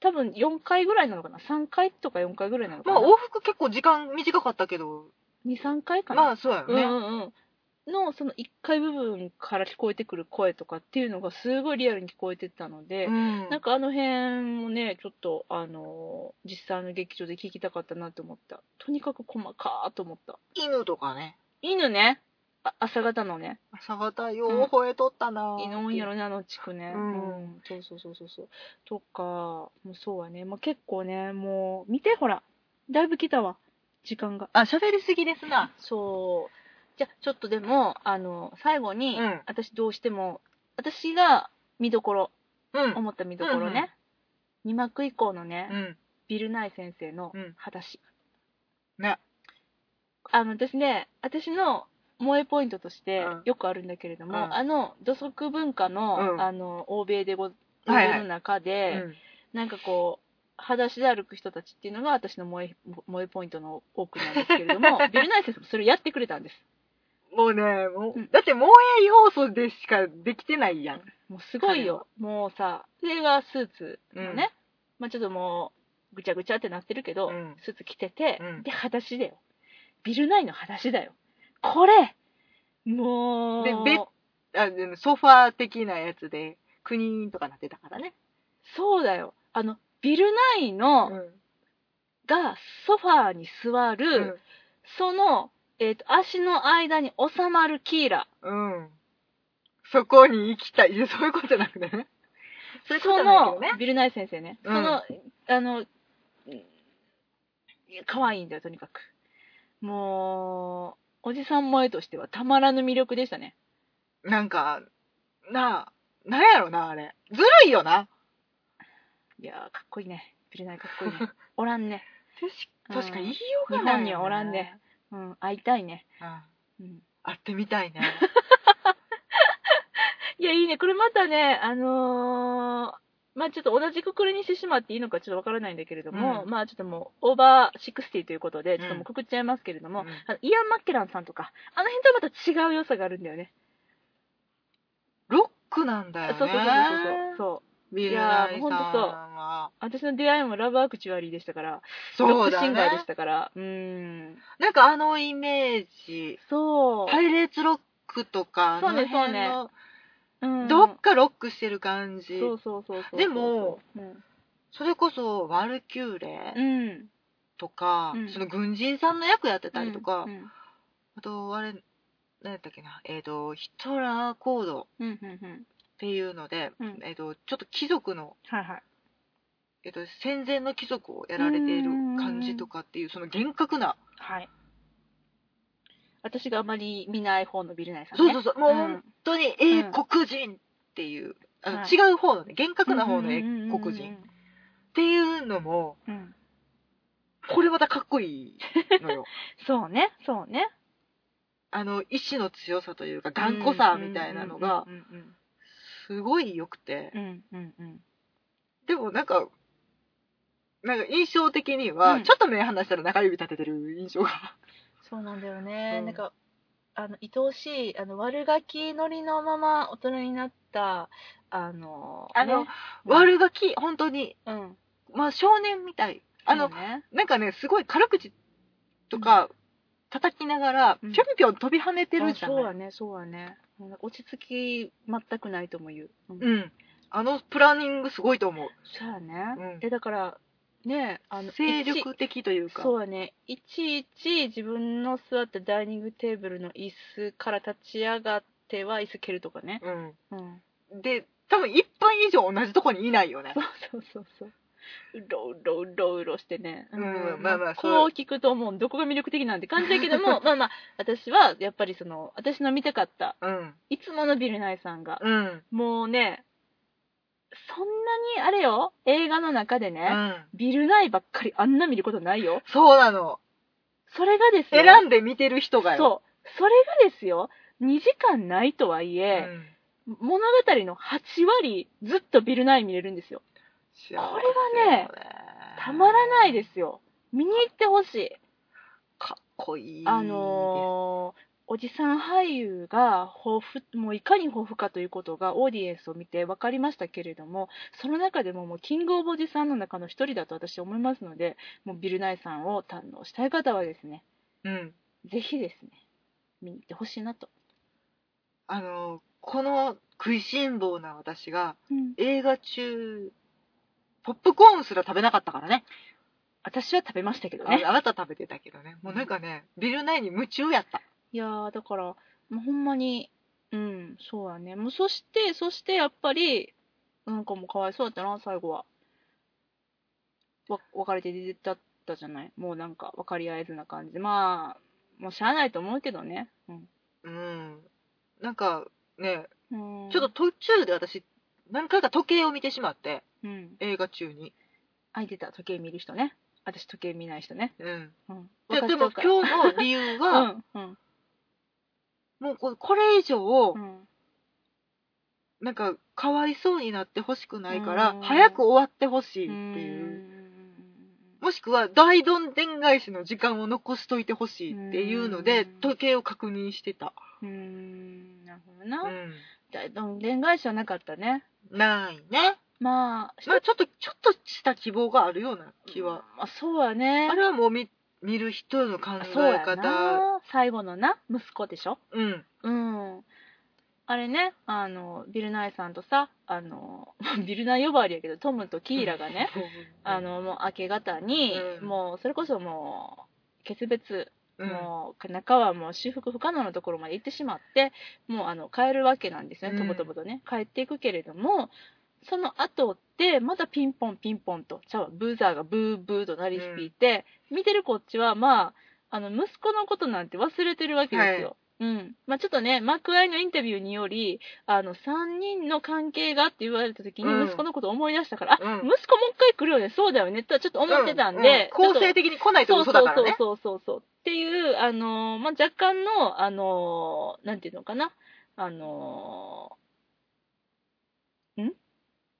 多分4回ぐらいなのかな ?3 回とか4回ぐらいなのか
まあ
な、
往復結構時間短かったけど
?2、3回かな、
まあそうや
うん
よね
うんうん、のその1階部分から聞こえてくる声とかっていうのがすごいリアルに聞こえてたので、
うん
なんかあの辺もねちょっとあのー実際の劇場で聞きたかったなと思ったとにかく細かーと思った
犬とかね
犬ねあ朝方のね
朝方よう吠えとったな
犬多いんやろねあの地区ね
うん
うんそうそうそうそうそうとかもうそうはね、まあ、結構ねもう見てほらだいぶ来たわ時間が
あ喋りすぎですな
そう。じゃあ、ちょっとでも、あの、最後に、
うん
私どうしても、私が見どころ、
うん
思った見どころね、二幕以降のね、
うん
ビルナイ先生の
うん
裸足。
ね
あの、私ね、私の萌えポイントとして
うん
よくあるんだけれども、
うん
あの、土足文化の、
うん
あの、欧米でご、欧
はい
米の中で、
うん
なんかこう、裸足で歩く人たちっていうのが私の萌え、萌えポイントの多くなんですけれど も、ビルナイ先生もそれをやってくれたんです。
もうねも
うん
うだって萌え要素でしかできてないやん
もうすごいよ。もうさ、上はスーツのね、まあちょっともう、ぐちゃぐちゃってなってるけど、
うん
スーツ着てて、
うん
で、裸足だよ。ビルナイの裸足だよ。これもう、
でベッあでもソファー的なやつで国とかなってたからね
そうだよ。あの、ビルナイの、がソファーに座る、その、えっ、と、足の間に収まるキーラ。
うん、うん、そこに行きたいい やそういうことじゃなくてねそういうことじゃないけどね
そのビルナイ先生ね。そ
うん
の、あの、うんいや可愛いんだよ、とにかく。もう、おじさん萌えとしてはたまらぬ魅力でしたね。
なんかなあなんやろなあれずるいよない
やー、かっこいいね。ビルナイかっこいい ね。おらんね。うん
確か言いよう
日
がないよね、
本にはおらんね。うん、会いたいね。
うん
うん。
会ってみたいね
いや、いいね。これまたね、あのーまあちょっと同じくくりにしてしまっていいのかちょっとわからないんだけれども、
うん
まあちょっともうオーバー60ということで、ちょっともうくくっちゃいますけれど も、
うん
あのイアン・マッケランさんとか、あの辺とはまた違う良さがあるんだよね。
ロックなんだよ
そうそ
ね
うそうそう
う
そう。
ビルナイさんは
私の出会いもラブアクチュアリーでしたから、ロ
そ
ッ
う
ク
だ
シンガーで
ね
したから、うーん。
なんかあのイメージ
そう。
パイレーツロックとか
そうね
あの辺の
そううん
どっかロックしてる感じ。
そうそうそうそう。
でも
うん、
それこそ、ワルキュー
う
レ
ん。
とか、
うん
その軍人さんの役やってたりとか、
うん、うん
あと、あれ、何やったっけな、えっ、と、ヒトラーコードっ
うん、うん。
ていうので、
うん
えっ、と、ちょっと貴族の、
はいはい。
えっ、と、戦前の貴族をやられている感じとかっていう、その厳格な、
はい。私があまり見ない方のビルナイさんね。
そうそうそう、もううん本当に英国人っていう、あの
はい
違う方のね、厳格な方の英国人っ。ていうのも、
うんうんうんうん。うん
これまたかっこいい のよ。
そうね、そうね。
あの意志の強さというか頑固さみたいなのが
うんうん
すごい良くて
うんうん。うんうんうん。
でもなんかなんか印象的には、
うん
ちょっと目離したら中指立ててる印象が
そうなんだよね、
うん
なんかあの愛おしいあの悪ガキ乗りのまま大人になったあの
あの
ね
悪ガキ本当に
うん
まあ少年みたいあの、
そうね
なんかねすごい軽口とか叩きながら
う
ぴ
ん
ょんぴょん飛び跳ねてるじゃ
あそう
な、
はいねそうはねうん落ち着き全くないとも言う、うん
うんあのプランニングすごいと思う
そうやね、
うん
えだからねあの
精
いち
力的というか
そうやねいちいち自分の座ったダイニングテーブルの椅子から立ち上がっては椅子蹴るとかね
う、
うん
ん、で多分1分以上同じとこにいないよ ね
そ。うそうそうそう。うろうろうろうろしてね。
うんまあまあそ
こう
う
聞くともうどこが魅力的なんて感じだけど も、まあまあ、私はやっぱりその、私の見たかった、
うん。
いつものビルナイさんが、
うん。
もうね、そんなにあれよ、映画の中で
う
ね、
ん。
ビルナイばっかりあんな見ることないよ。
そうなの。
それがですよ。
選んで見てる人がよ。
そう。それがですよ、2時間ないとはいえ、
ん
物語の8割ずっとビルナイ見れるんですよ。
幸せよ。
これはね、たまらないですすよ。見に行ってほしい。
かっこいい。
あのーおじさん俳優が豊富、もういかに豊富かということがオーディエンスを見て分かりましたけれども、その中でももうキングオブおじさんの中の一人だと私は思いますので、もうビルナイさんを堪能したい方はですね、
うん。
ぜひですね、見に行ってほしいなと。
あのーこの食いしん坊な私が、
うん、
映画中、ポップコーンすら食べなかったからね。
私は食べましたけど
あ
ね。
あなた食べてたけどね。もうなんかね、ビルナイに夢中やった。
いやー、だから、もうほんまに、うん、そうやね。もうそして、そしてやっぱり、なんかもうかわいそうだったな、最後は。わ、別れて出てっちゃったじゃないもうなんか分かり合えずな感じ。まあ、もうしゃあないと思うけどね。うん。
うん。なんかね、
うん
ちょっと、途中で私、何回か時計を見てしまって、
うん。
映画中に。
あ、いてた。時計見る人ね。私時計見ない人ね。
うん。
うん。
でで
分か
も
っちゃうから
今日の理由は、
うん、
もうここれ以上
う、ん。うん。
なんか、かわいそうになってほしくないか
う
ら
ん、
早く終わってほしい
う
って
ん
いう。もしくは、大どんでん返しの時間を残しといてほしいっていうので、
うん
時計を確認してた。
うん。なるほどな。
うん。
だでも恋愛史はなかったね。
ないね。
まあ、
まあちょっと、ちょっとした希望があるような気は。
まあ、そうやね。
あれはもう見見る人の考
そう
え
や
方。
な。最後のな、息子でしょ
うん。
うん。あれね、あの、ビルナイさんとさ、あの、 ビルナイ呼ばわりやけど、トムとキーラがね、あ、の、もう明け方に、
うん
もう、それこそもう、決別、
うん、
もう、中はもう修復不可能なところまで行ってしまって、もう、あの、帰るわけなんですね、
うん
とぼとぼとね。帰っていくけれども、その後って、またピンポンピンポンと、ちゃうわブーザーがブーブーと鳴り響いて、見てるこっちは、まあ、あの、息子のことなんて忘れてるわけですよ。うん。まあ、ちょっとね、幕開のインタビューにより、あの、3人の関係がって言われた時
う
に、
ん
息子のことを思い出したから、
うん
あ、息子もう一回来るよね、そうだよね、とはちょっと思ってたんで、
うう
ちょっと
構成的に来ないと
そう
嘘
そう
だからね。
そうそうそうそう。っていう、あのーまあ、若干の、あのーなんていうのかな、あのーん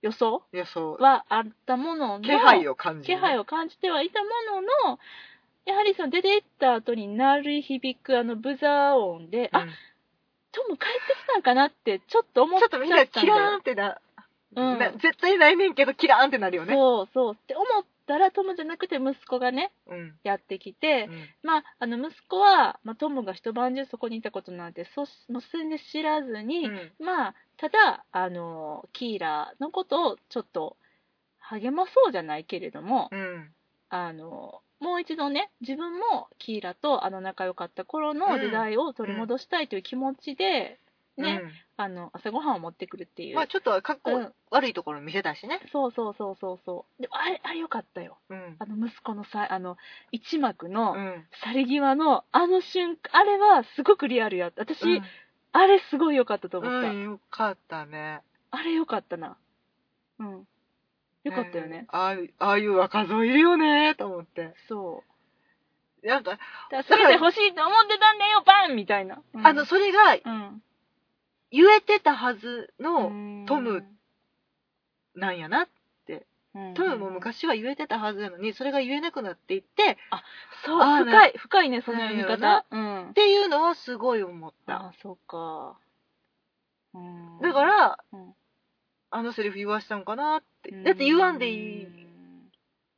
予想
いや、そう。
はあったものの、
気配を感じ
気
る。
配
を。
を感じてはいたものの、やはりその出て行った後に鳴り響くあのブザー音で、あ、トム帰ってきたんかなってちょっと思っ
ち
ちゃ
ょ
った
っと
んだ
みん
よ
なキラーンってな、
うん
な絶対ないねんけど、キラーンってなるよね。
そうそうって思ったらトムじゃなくて息子がね、
うん。
やってきて、
うん
まあ、あの息子は、まあ、トムが一晩中そこにいたことなんてそもう全然知らずに、
うん
まあただあのキーラのことをちょっと励まそうじゃないけれども、
うん。
あのもう一度ね自分もキーラとあの仲良かった頃の時代を取り戻したいという気持ちで、ねあの朝ごはんを持ってくるって
う
い
ん。
う、
まあちょっと、かっこ
うん
悪いところ見せたしね。
そうそうそうそうそうでもあれあれよかったよ
うん。
あの息子のさあの一幕の、
うん。
去り際のあの瞬間あれはすごくリアルやった私、あれすごい良かったと思
う
った、
ん、よかったね。
あれ良かったなうん良かったよね、
うん。ああいうああいう若造いるよね、と思って。
そう
なんか、
だから全て欲しいと思ってたんだよバンみたいな、うん
あの、それが
うん
言えてたはずの、
うん
トムなんやな。
うん
トムも昔は言えてたはずなのに、それが言えなくなっていって、
そう
あー
深い深いねその
なん
読み
やろ
方
な
うん
っていうのはすごい思った。
あーそうかうん
だから、
うん
あのセリフ言わしたんかなって。
うん
だって言わんでいい、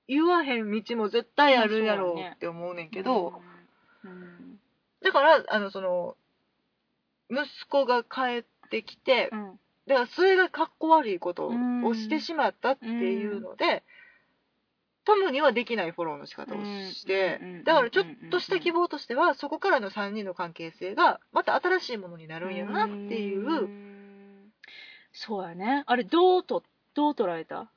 言わへん道も絶対あるやろ
そう
う
やね
って思うねんけど、
うんうん
だから、あの、その、息子が帰ってきて、
うん
だからそれがかっこ悪いこと
うん
をしてしまったっていうので、トムにはできないフォローの仕方をして
うんうんうんうんうんうん、
だからちょっとした希望としては、そこからの3人の関係性が、また新しいものになるんやなっていう、
んそうやね。あれ、どうと、どう捉えた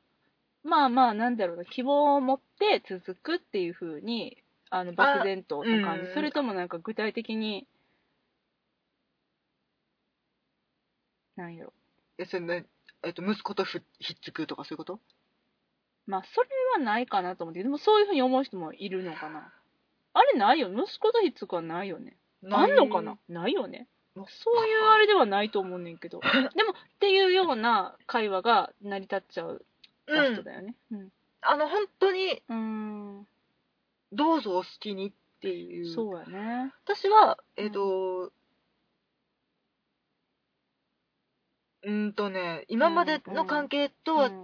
まあまあ、なんだろうな、希望を持って続くっていう風に、あの、漠然とって感じ。
うん
それともなんか具体的に、なんやろ。
え、それね、えっと、息子とふひっつくとかそういうこと
まあ、それはないかなと思って、でもそういう風に思う人もいるのかな。あれないよ。息子とひっつくはないよね。あんのかなないよね。そういうあれではないと思うねんけ ど。でも、っていうような会話が成り立っちゃう
う
ラスト
ん。
だよね。うん。
あの、本当に、
うーん。
どうぞお好きにっていう。
そうやね。
私は、えっ、と、うーんとね、今までの関係とは違う、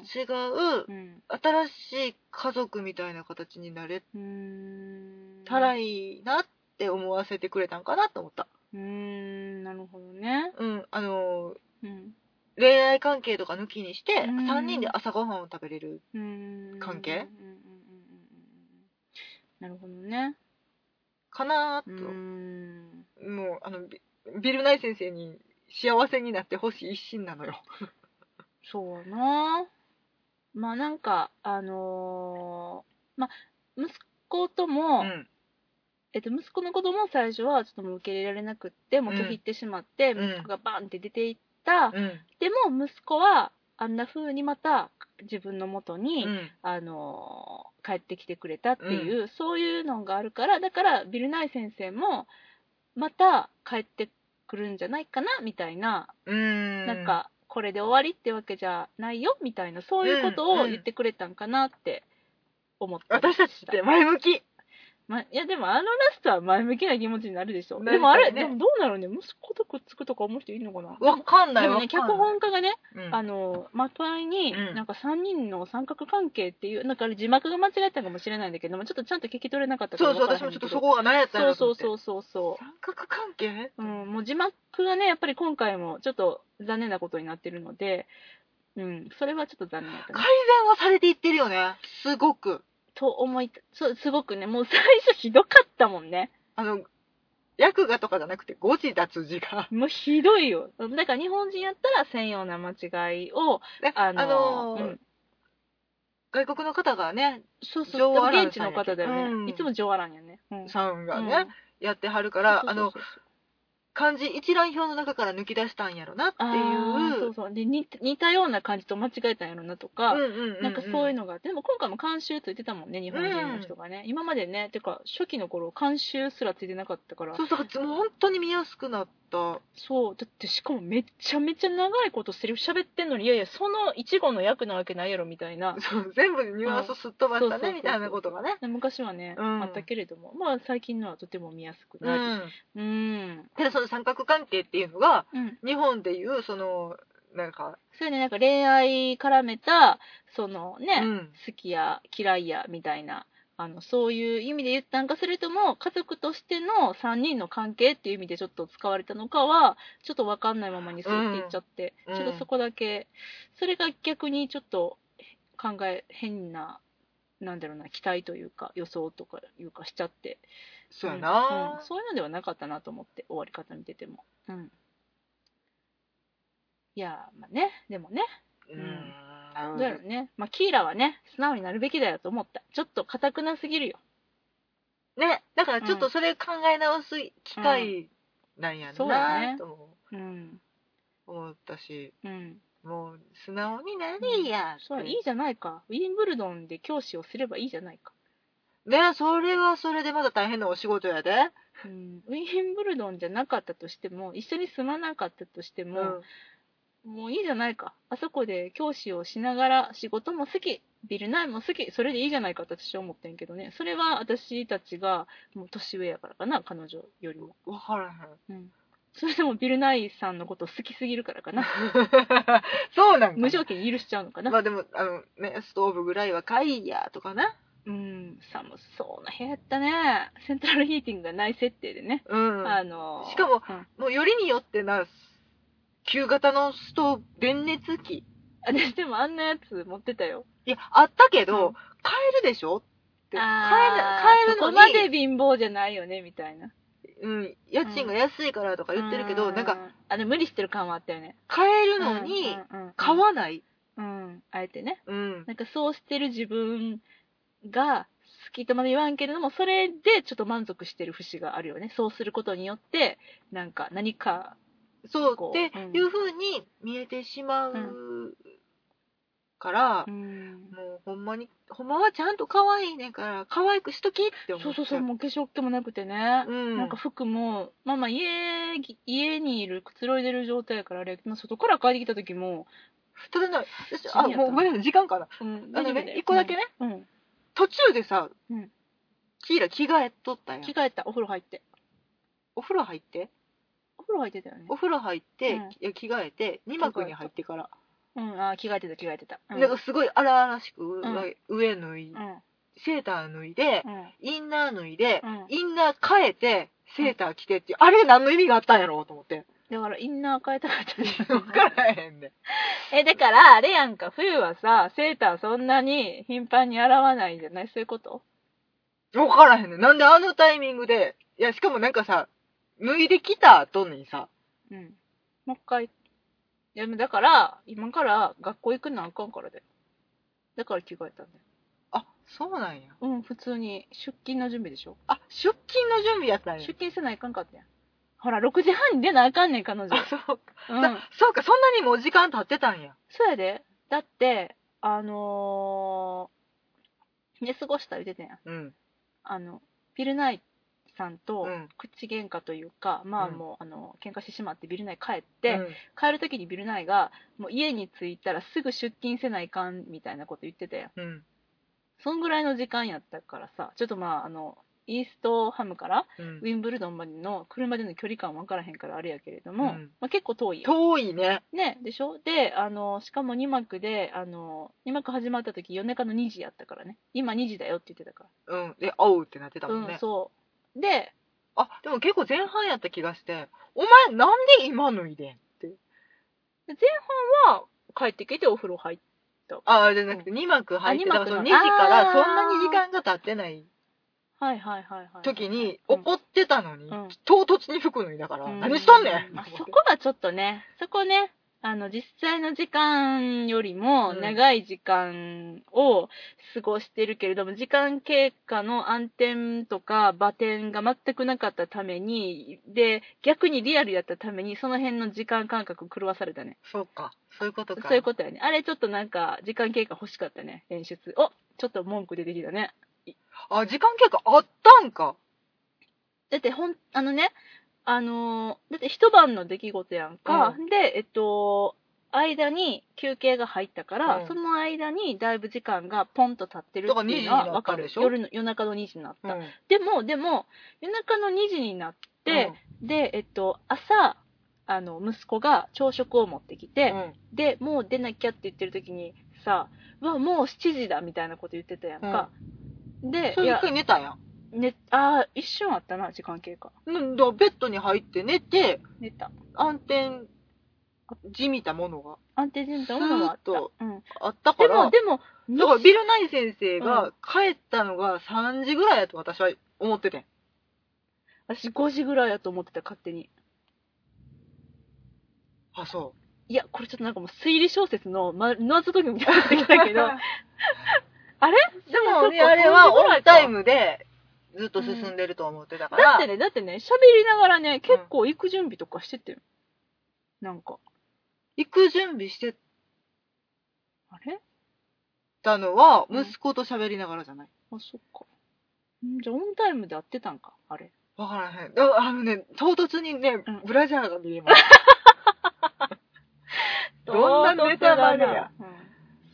うん。
新しい家族みたいな形になれ
うーん。
たらいいなって思わせてくれたんかなと思った。
うーん、なるほどね。
うん、あの、
うん。
恋愛関係とか抜きにして、
うん
3人で朝ごはんを食べれる。
うーん。
関係
うんうんうんうんうんうん。なるほどね。
かな
う
と。
ーん。
もう、あの、ビビルナイ先生に幸せになってほしい一心なのよ。
そうやな。まあなんか、あのーまあ、息子と
う
も、
ん。
えっと、息子のことも最初はちょっともう受け入れられなくって、もう拒否ってしまって、
うん
息子がバンって出ていった。
うん。
でも息子はあんな風にまた自分の元に、
うん。
あの帰ってきてくれたっていう、そういうのがあるからだからビルナイ先生もまた帰ってくるんじゃないかなみたいな、
うん。
なん、かこれで終わりってわけじゃないよみたいなそういうことを言ってくれたんかなって思ったり
私
した
たちって前向き。
ま、いやでもあのラストは前向きな気持ちになるでしょ、
な
で
る
もあれ
ね
でもどうなるね息子とくっつくとか思う人いるのかな
わかんない
でもね
わかんな
脚
い
本家がね
うん
あの、まとわいに
う、ん
なんか3人の三角関係っていう、なんかあれ字幕が間違えたかもしれないんだけども、ちょっとちゃんと聞き取れなかったか
そ
ら
うそ
分
う、
から
私
へん
もち
けど
ょっとそこが何やったんやろと
そ
思
う
って
そうそうそうそう。
三角関係
うん、もう字幕がね、やっぱり今回もちょっと残念なことになってるので、うん、それはちょっと残念だった
改
ね。
善はされていってるよね。すごく。
と思いた、そう、すごくね、もう最初ひどかったもんね。
あの、役がとかじゃなくて、誤字脱字が。
もうひどいよ。だから日本人やったら専用な間違いを、
ね
あ
あ
の、
のー
うん
外国の方がね、
そうそ
ジョ
う、
ーア
で
ラ
も
ン
現地の方だよね。
うん
いつもジョーアランやね。うん。
さんが
うん
ね、やってはるから、あの
そうそうそう、そう
漢字一覧表の中から抜き出したんやろなってい
あーそうう。そうで似似たような感じと間違えたんやろなとか、
うんうんうん
なんかそういうのがあってでも今回も監修ついてたもんね日本人の人がね、今までねてか初期の頃監修すらついてなかったから
そうそう、だからもう本当に見やすくなった。
そうだってしかもめちゃめちゃ長いことセリフ喋ってんのにいやいやその一語の役なわけないやろみたいな
そう、全部ニュアンスすっ飛ばし
うんそう
た
そうそう
ね、みたいなことがね。
昔はね、
うん
あったけれどもまあ最近のはとても見やすく
う。
なんりうん、
ただその三角関係っていうのが、
うん、
日本でいう、その、なんか、
そういうねなんか恋愛絡めたそのね、
うん
好きや嫌いやみたいなあのそういう意味で言ったんかそれとも家族としての3人の関係っていう意味でちょっと使われたのかはちょっと分かんないままにすっていっちゃって、
うん
ちょっとそこだけそれが逆にちょっと考え変な。なんだろうな期待というか予想とかいうかしちゃって
そう
うん
や
うん
な、
そういうのではなかったなと思って終わり方見てても、うん、いやーまあねでもね
うんん。
ど
な
うや
る
ろうね。まあ、キーラはね、素直になるべきだよと思った。ちょっと固くなすぎるよ。
ね、だからちょっとそれ考え直す機会なんや
そうやね
なとも
うん。
思ったし、
うん。
もう素直になりやって。
そう、いいじゃないか。ウィンブルドンで教師をすればいいじゃないか。
ね、それはそれでまだ大変なお仕事やで。
うん、ウィンブルドンじゃなかったとしても、一緒に住まなかったとして
う
も、もういいじゃないか。あそこで教師をしながら仕事も好き、ビルナイも好き、それでいいじゃないかって私は思ってんけどね。それは私たちがもう年上やからかな、彼女よりも。
わからへん。
うん。それでもビルナイさんのこと好きすぎるからかな。
そうなんかな。
無条件に許しちゃうのかな
ま。あでも、あのね、ストーブぐらいはかいやとかな。
うん、寒そうな部屋やったね。セントラルヒーティングがない設定でね。
うん。
あのー
しかも
うん
もうよりによってな、旧型のストーブ、電熱器。
私でもあんなやつ持ってたよ。
いや、あったけ
う
ど
ん、
買えるでしょって。買え
あー
ない買える
そこ
の
ま
に。
で貧乏じゃないよね、みたいな。
うん、家賃が安いからとか言ってるけど、
う
なんか、
あれ無理してる感はあったよね
買えるのに、買わない。
うんうんうんうんあえてね
うん。
なんかそうしてる自分が好きとまで言わんけれどもそれでちょっと満足してる節があるよねそうすることによってなんか何か
そう
こ
っ
う
て
うん
いう風に見えてしまうから、もうほんまに、ほんまはちゃんと可愛いねんから、可愛くしときって思
そう
っ
そう
ち
そ
ゃ
うもう化粧っ気もなくてね、
うん
なんか服もまあまあ家ぎ家にいるくつろいでる状態やからあれやけどまあ外から帰ってきた時も、
ただね、私
深夜
あ、もうごめんなさい、時間かな。
うん、
あのね
大丈夫だよ
一個だけね、
うんうん
途中でさ、
うん
キーラ着替えとったやん
着。替えたお風呂入って
お風呂入って、
お風呂入ってたよね
お風呂入って、
うん
いや着替えて、二幕に入ってから。
うんあー着替えてた着替えてたうん
なんかすごい荒々しく上,、
ん
上脱い、セーター脱いで
う、んうん
インナー脱いで、
うん
インナー変えて、セーター着てっていう、あれ何の意味があったんやろうと思って。
だからインナー変えたかったんじゃ
分
ない
からへんで。
え、だから、あれやんか、冬はさ、セーターそんなに頻繁に洗わないんじゃないそういうこと
分からへんね。なんであのタイミングで、いや、しかもなんかさ、脱いできた後にさ、
うん。もう一回。いや、だから、今から学校行くのあかんからだよ。だから着替えたんだよ。
あ、そうなんや。
うん、普通に出勤の準備でしょ。
あ、出勤の準備やったんや。
出勤せないかんかったやん。ほら、6時半に出なあかんねん、彼 女。
あ、そうか、
うん。
さそうか、そんなにもう時間経ってたんや。
そうやで。だって、あのー、寝過ごした言ってたやん。
うん。
あの、ビルナイさんと、
うん。
口喧嘩というか、まあ
うん
もう、あの喧嘩してしまってビルナイ帰って、
うん
帰る時にビルナイがもう家に着いたらすぐ出勤せないかんみたいなこと言ってて
うん。
そんぐらいの時間やったからさちょっとまああのイーストハムから
うん
ウィンブルドンまでの車での距離感分からへんからあれやけれども、
うん
まあ、結構遠いやん
遠いね。
ねでしょであのしかも2幕であの2幕始まった時夜中の2時やったからね今2時だよって言ってたか
うん。で、会うってなってた
ら、
もんね。
うんそうで
あ、でも結構前半やった気がして、お前なんで今脱いでんって。
前半は帰ってきてお風呂入って
あ、じゃなくて2幕入って、
あ
だ
二
か
幕
らその
の
2時から
あ
そ
ー
んなに時間が経ってない
はいはいはいはい。
時に
うん
怒ってたのに、
うん
唐突に服脱いだから、
うん
何しとんねん
まあそこがちょっとね、そこね、あの、実際の時間よりも
うん
長い時間を過ごしてるけれども、時間経過の暗転とか馬転が全くなかったために、で、逆にリアルやったために、その辺の時間感覚狂わされたね。
そうか、そういうことか。
そういうことやね。あれちょっとなんか、時間経過欲しかったね、演出。おちょっと文句出てきたね。
あ、時間結構あったんか。
だってほん、あのね、あのーだって一晩の出来事やんか。
う
で、えっと、間に休憩が入ったから、
うん
その間にだいぶ時間がポンと経ってるっていうの
だから2時に
は
な
わ
った
か
で
る
しょ
夜の。夜中の2時になっ
う
た。
ん
でも、でも、夜中の2時になって、、で、えっと、朝、あの、息子が朝食を持ってき
う
て、
んうん
で、もう出なきゃって言ってる時にさ、うわ、もう7時だみたいなこと言ってたやんか。で、
そう
い
いう
や
ふう、に寝たんや。
ね、ああ、一瞬あったな、時間経過。
うん、だからベッドに入って寝て、
寝た。
暗転、じみたものが
安定人ともあった。
スーッと
うん、
あったか
で
ら
も、、でも、
だから
に
ビルナイ先生
う
が帰ったのが3時ぐらいやと私は思っててん。
私5時ぐらいやと思ってた、勝手に。
あ、そ
いや、これちょっとなんかもう推理小説の、ま、謎解きみたいになっ
う。
てきたけ ど、あれ
でも
そっ
ね、
か
あれはオン
5時ぐら
タイ。
いか
ムでずっと進んでると思ってたから。
だってね、だってね、喋りながらね、結構行く準備とかしてて、なんか、
行く準備して
あれ
たのは、
うん
息子と喋りながらじゃない。
あ、そっか。んじゃあオンタイムで会ってたんか、あれ。
わからへん。だあのね、唐突にね
うん、
ブラジャーが見えます。どんなネタバレや
唐突だな。うん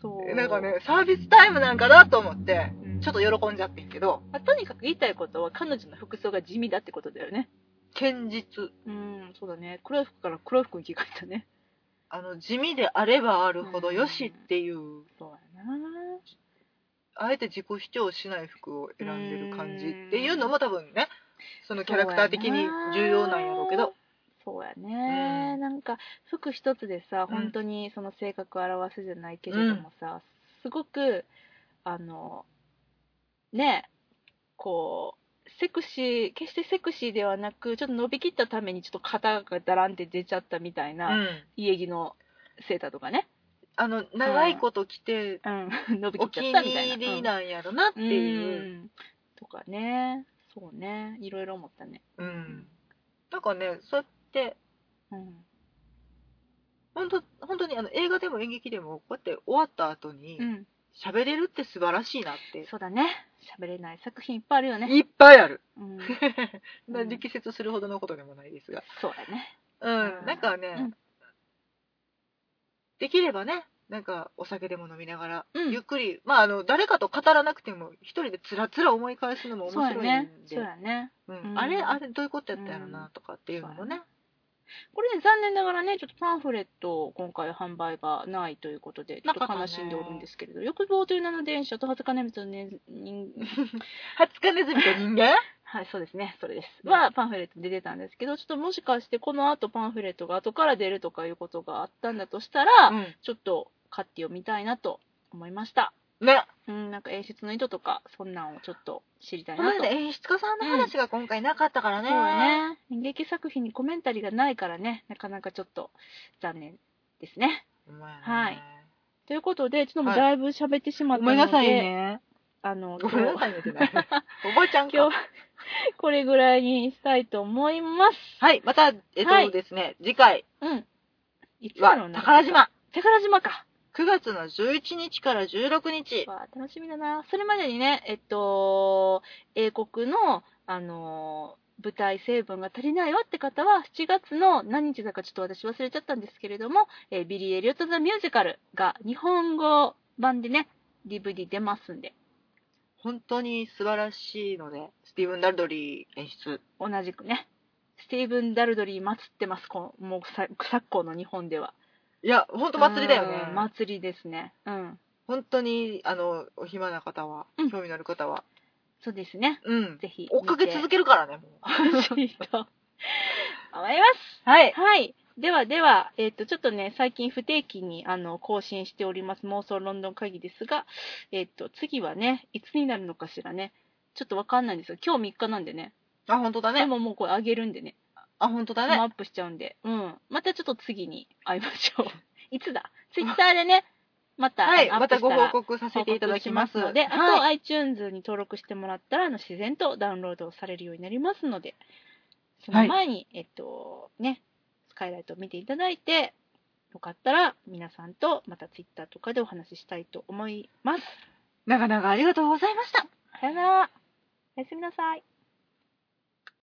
そう。
なんかね、サービスタイムなんかなと思って、
うん、
ちょっと喜んじゃってんけど、
まあとにかく言いたいことは彼女の服装が地味だってことだよね。
堅実。
うん、そうだね。黒い服から黒い服に着替えたね。
あの、地味であればあるほど
うん
よしっていう、
そうやな。
あえて自己主張しない服を選んでる感じっていうのも多分ね、そのキャラクター的に重要なんやろうけど、
そうやね、
うん
なんか服一つでさ、
うん
本当にその性格を表すじゃないけれどもさ、すごく、あの、ね、こう、セクシー、決してセクシーではなく、ちょっと伸びきったためにちょっと肩がだらんって出ちゃったみたいうな、
ん。
家着のセーターとかね。
あの、長いこと着て、
うん。伸びき
お
っち
気
ゃ
に
ったみたいな。
入りなんやろなって
うん
いう。
うんとかね。そうね。いろいろ思ったね。
うん。なんかね、そうやって、
うん。
本当本当にあの映画でも演劇でも、こうやって終わった後に
う、ん。
喋れるって素晴らしいなって。
そうだね。喋れない作品いっぱいあるよね。
いっぱい ある。
うん。
まあ力説するほどのことでもないですが。
そうだね。
うん、なんかね、
うん
できればね、なんかお酒でも飲みながら、
うん
ゆっくり、まああの、誰かと語らなくても、一人でつらつら思い返すのも面
そう
白い
だ
んで、
ね。そうだね。
うん
うん
あれ、あれ、どういうことやったんやろな、とかっていうのもね。
これね、残念ながらね、ちょっとパンフレット、今回販売がないということで、ちょっと悲しんでおるんですけれど、欲望という名の電車と20日ネズミとね、人
ハツカネズミと人間
はい、そうですね、それです。
うん
は、パンフレットで出たんですけど、ちょっともしかしてこの後パンフレットが後から出るとかいうことがあったんだとしたら、
うん
ちょっと買って読みたいなと思いました。
ね。
うん、なんか演出の意図とか、そんなんをちょっと知りたい
こ
な
の
と。
ね、演出家さんの話が今回なかったからね。
そうだね。演劇作品にコメンタリーがないからね、なかなかちょっと残念ですね。
ほんまやね
はいということで、ちょっともうだいぶ喋ってしまっ
ご
たの
め
で、
んなさいね。
あ の、
ごめん な
今日
さいねってない。おばちゃん
今
か
日。これぐらいにしたいと思います。
はい、また、えっ
はい
とですね、次回
うん。いつだろ
は
う、な。
宝島。
宝島か。
9月の11日から16日。
わあ楽しみだな。それまでにね、えっと、英国の、あのー舞台成分が足りないわって方は、7月の何日だかちょっと私忘れちゃったんですけれども、えービリー・エリオット・ザ・ミュージカルが日本語版でね、DVD 出ますんで、
本当に素晴らしいので、スティーブン・ダルドリー演出。
同じくね、スティーブン・ダルドリー祭ってます、このもうさ昨今の日本では。
いや、本当祭りだよね
う。ん祭りですね。うん。
本当に、あの、お暇な方は、
うん
興味のある方は、
そうですね。
うん。
ぜひ。
追っかけ続
け
けるからね、もう。
てほしいと 思います。
はい。
はい。ではでは、えっ、と、ちょっとね、最近不定期に、あの、更新しております妄想ロンドン会議ですが、えっ、と、次はね、いつになるのかしらね。ちょっとわかんないんですよ。今日3日なんでね。
あ、本当だ
で
ね。
ももうこれあげるんでね。
あ、本当だ
もうア
ね。
ップしちゃうんで。うん。またちょっと次に会いましょう。 いつだツイッターでね、また、
はい。
あの
またご報告さ
報
せていただきます。
告しので、あと
はい。
iTunes に登録してもらったら、あの自然とダウンロードされるようになりますので、その前に、えっと、ね、スカイライトを見ていただいて、よかったら皆さんとまた Twitter とかでお話ししたいと思います。
長々ありがとうございました。
さよなら。おやすみなさい。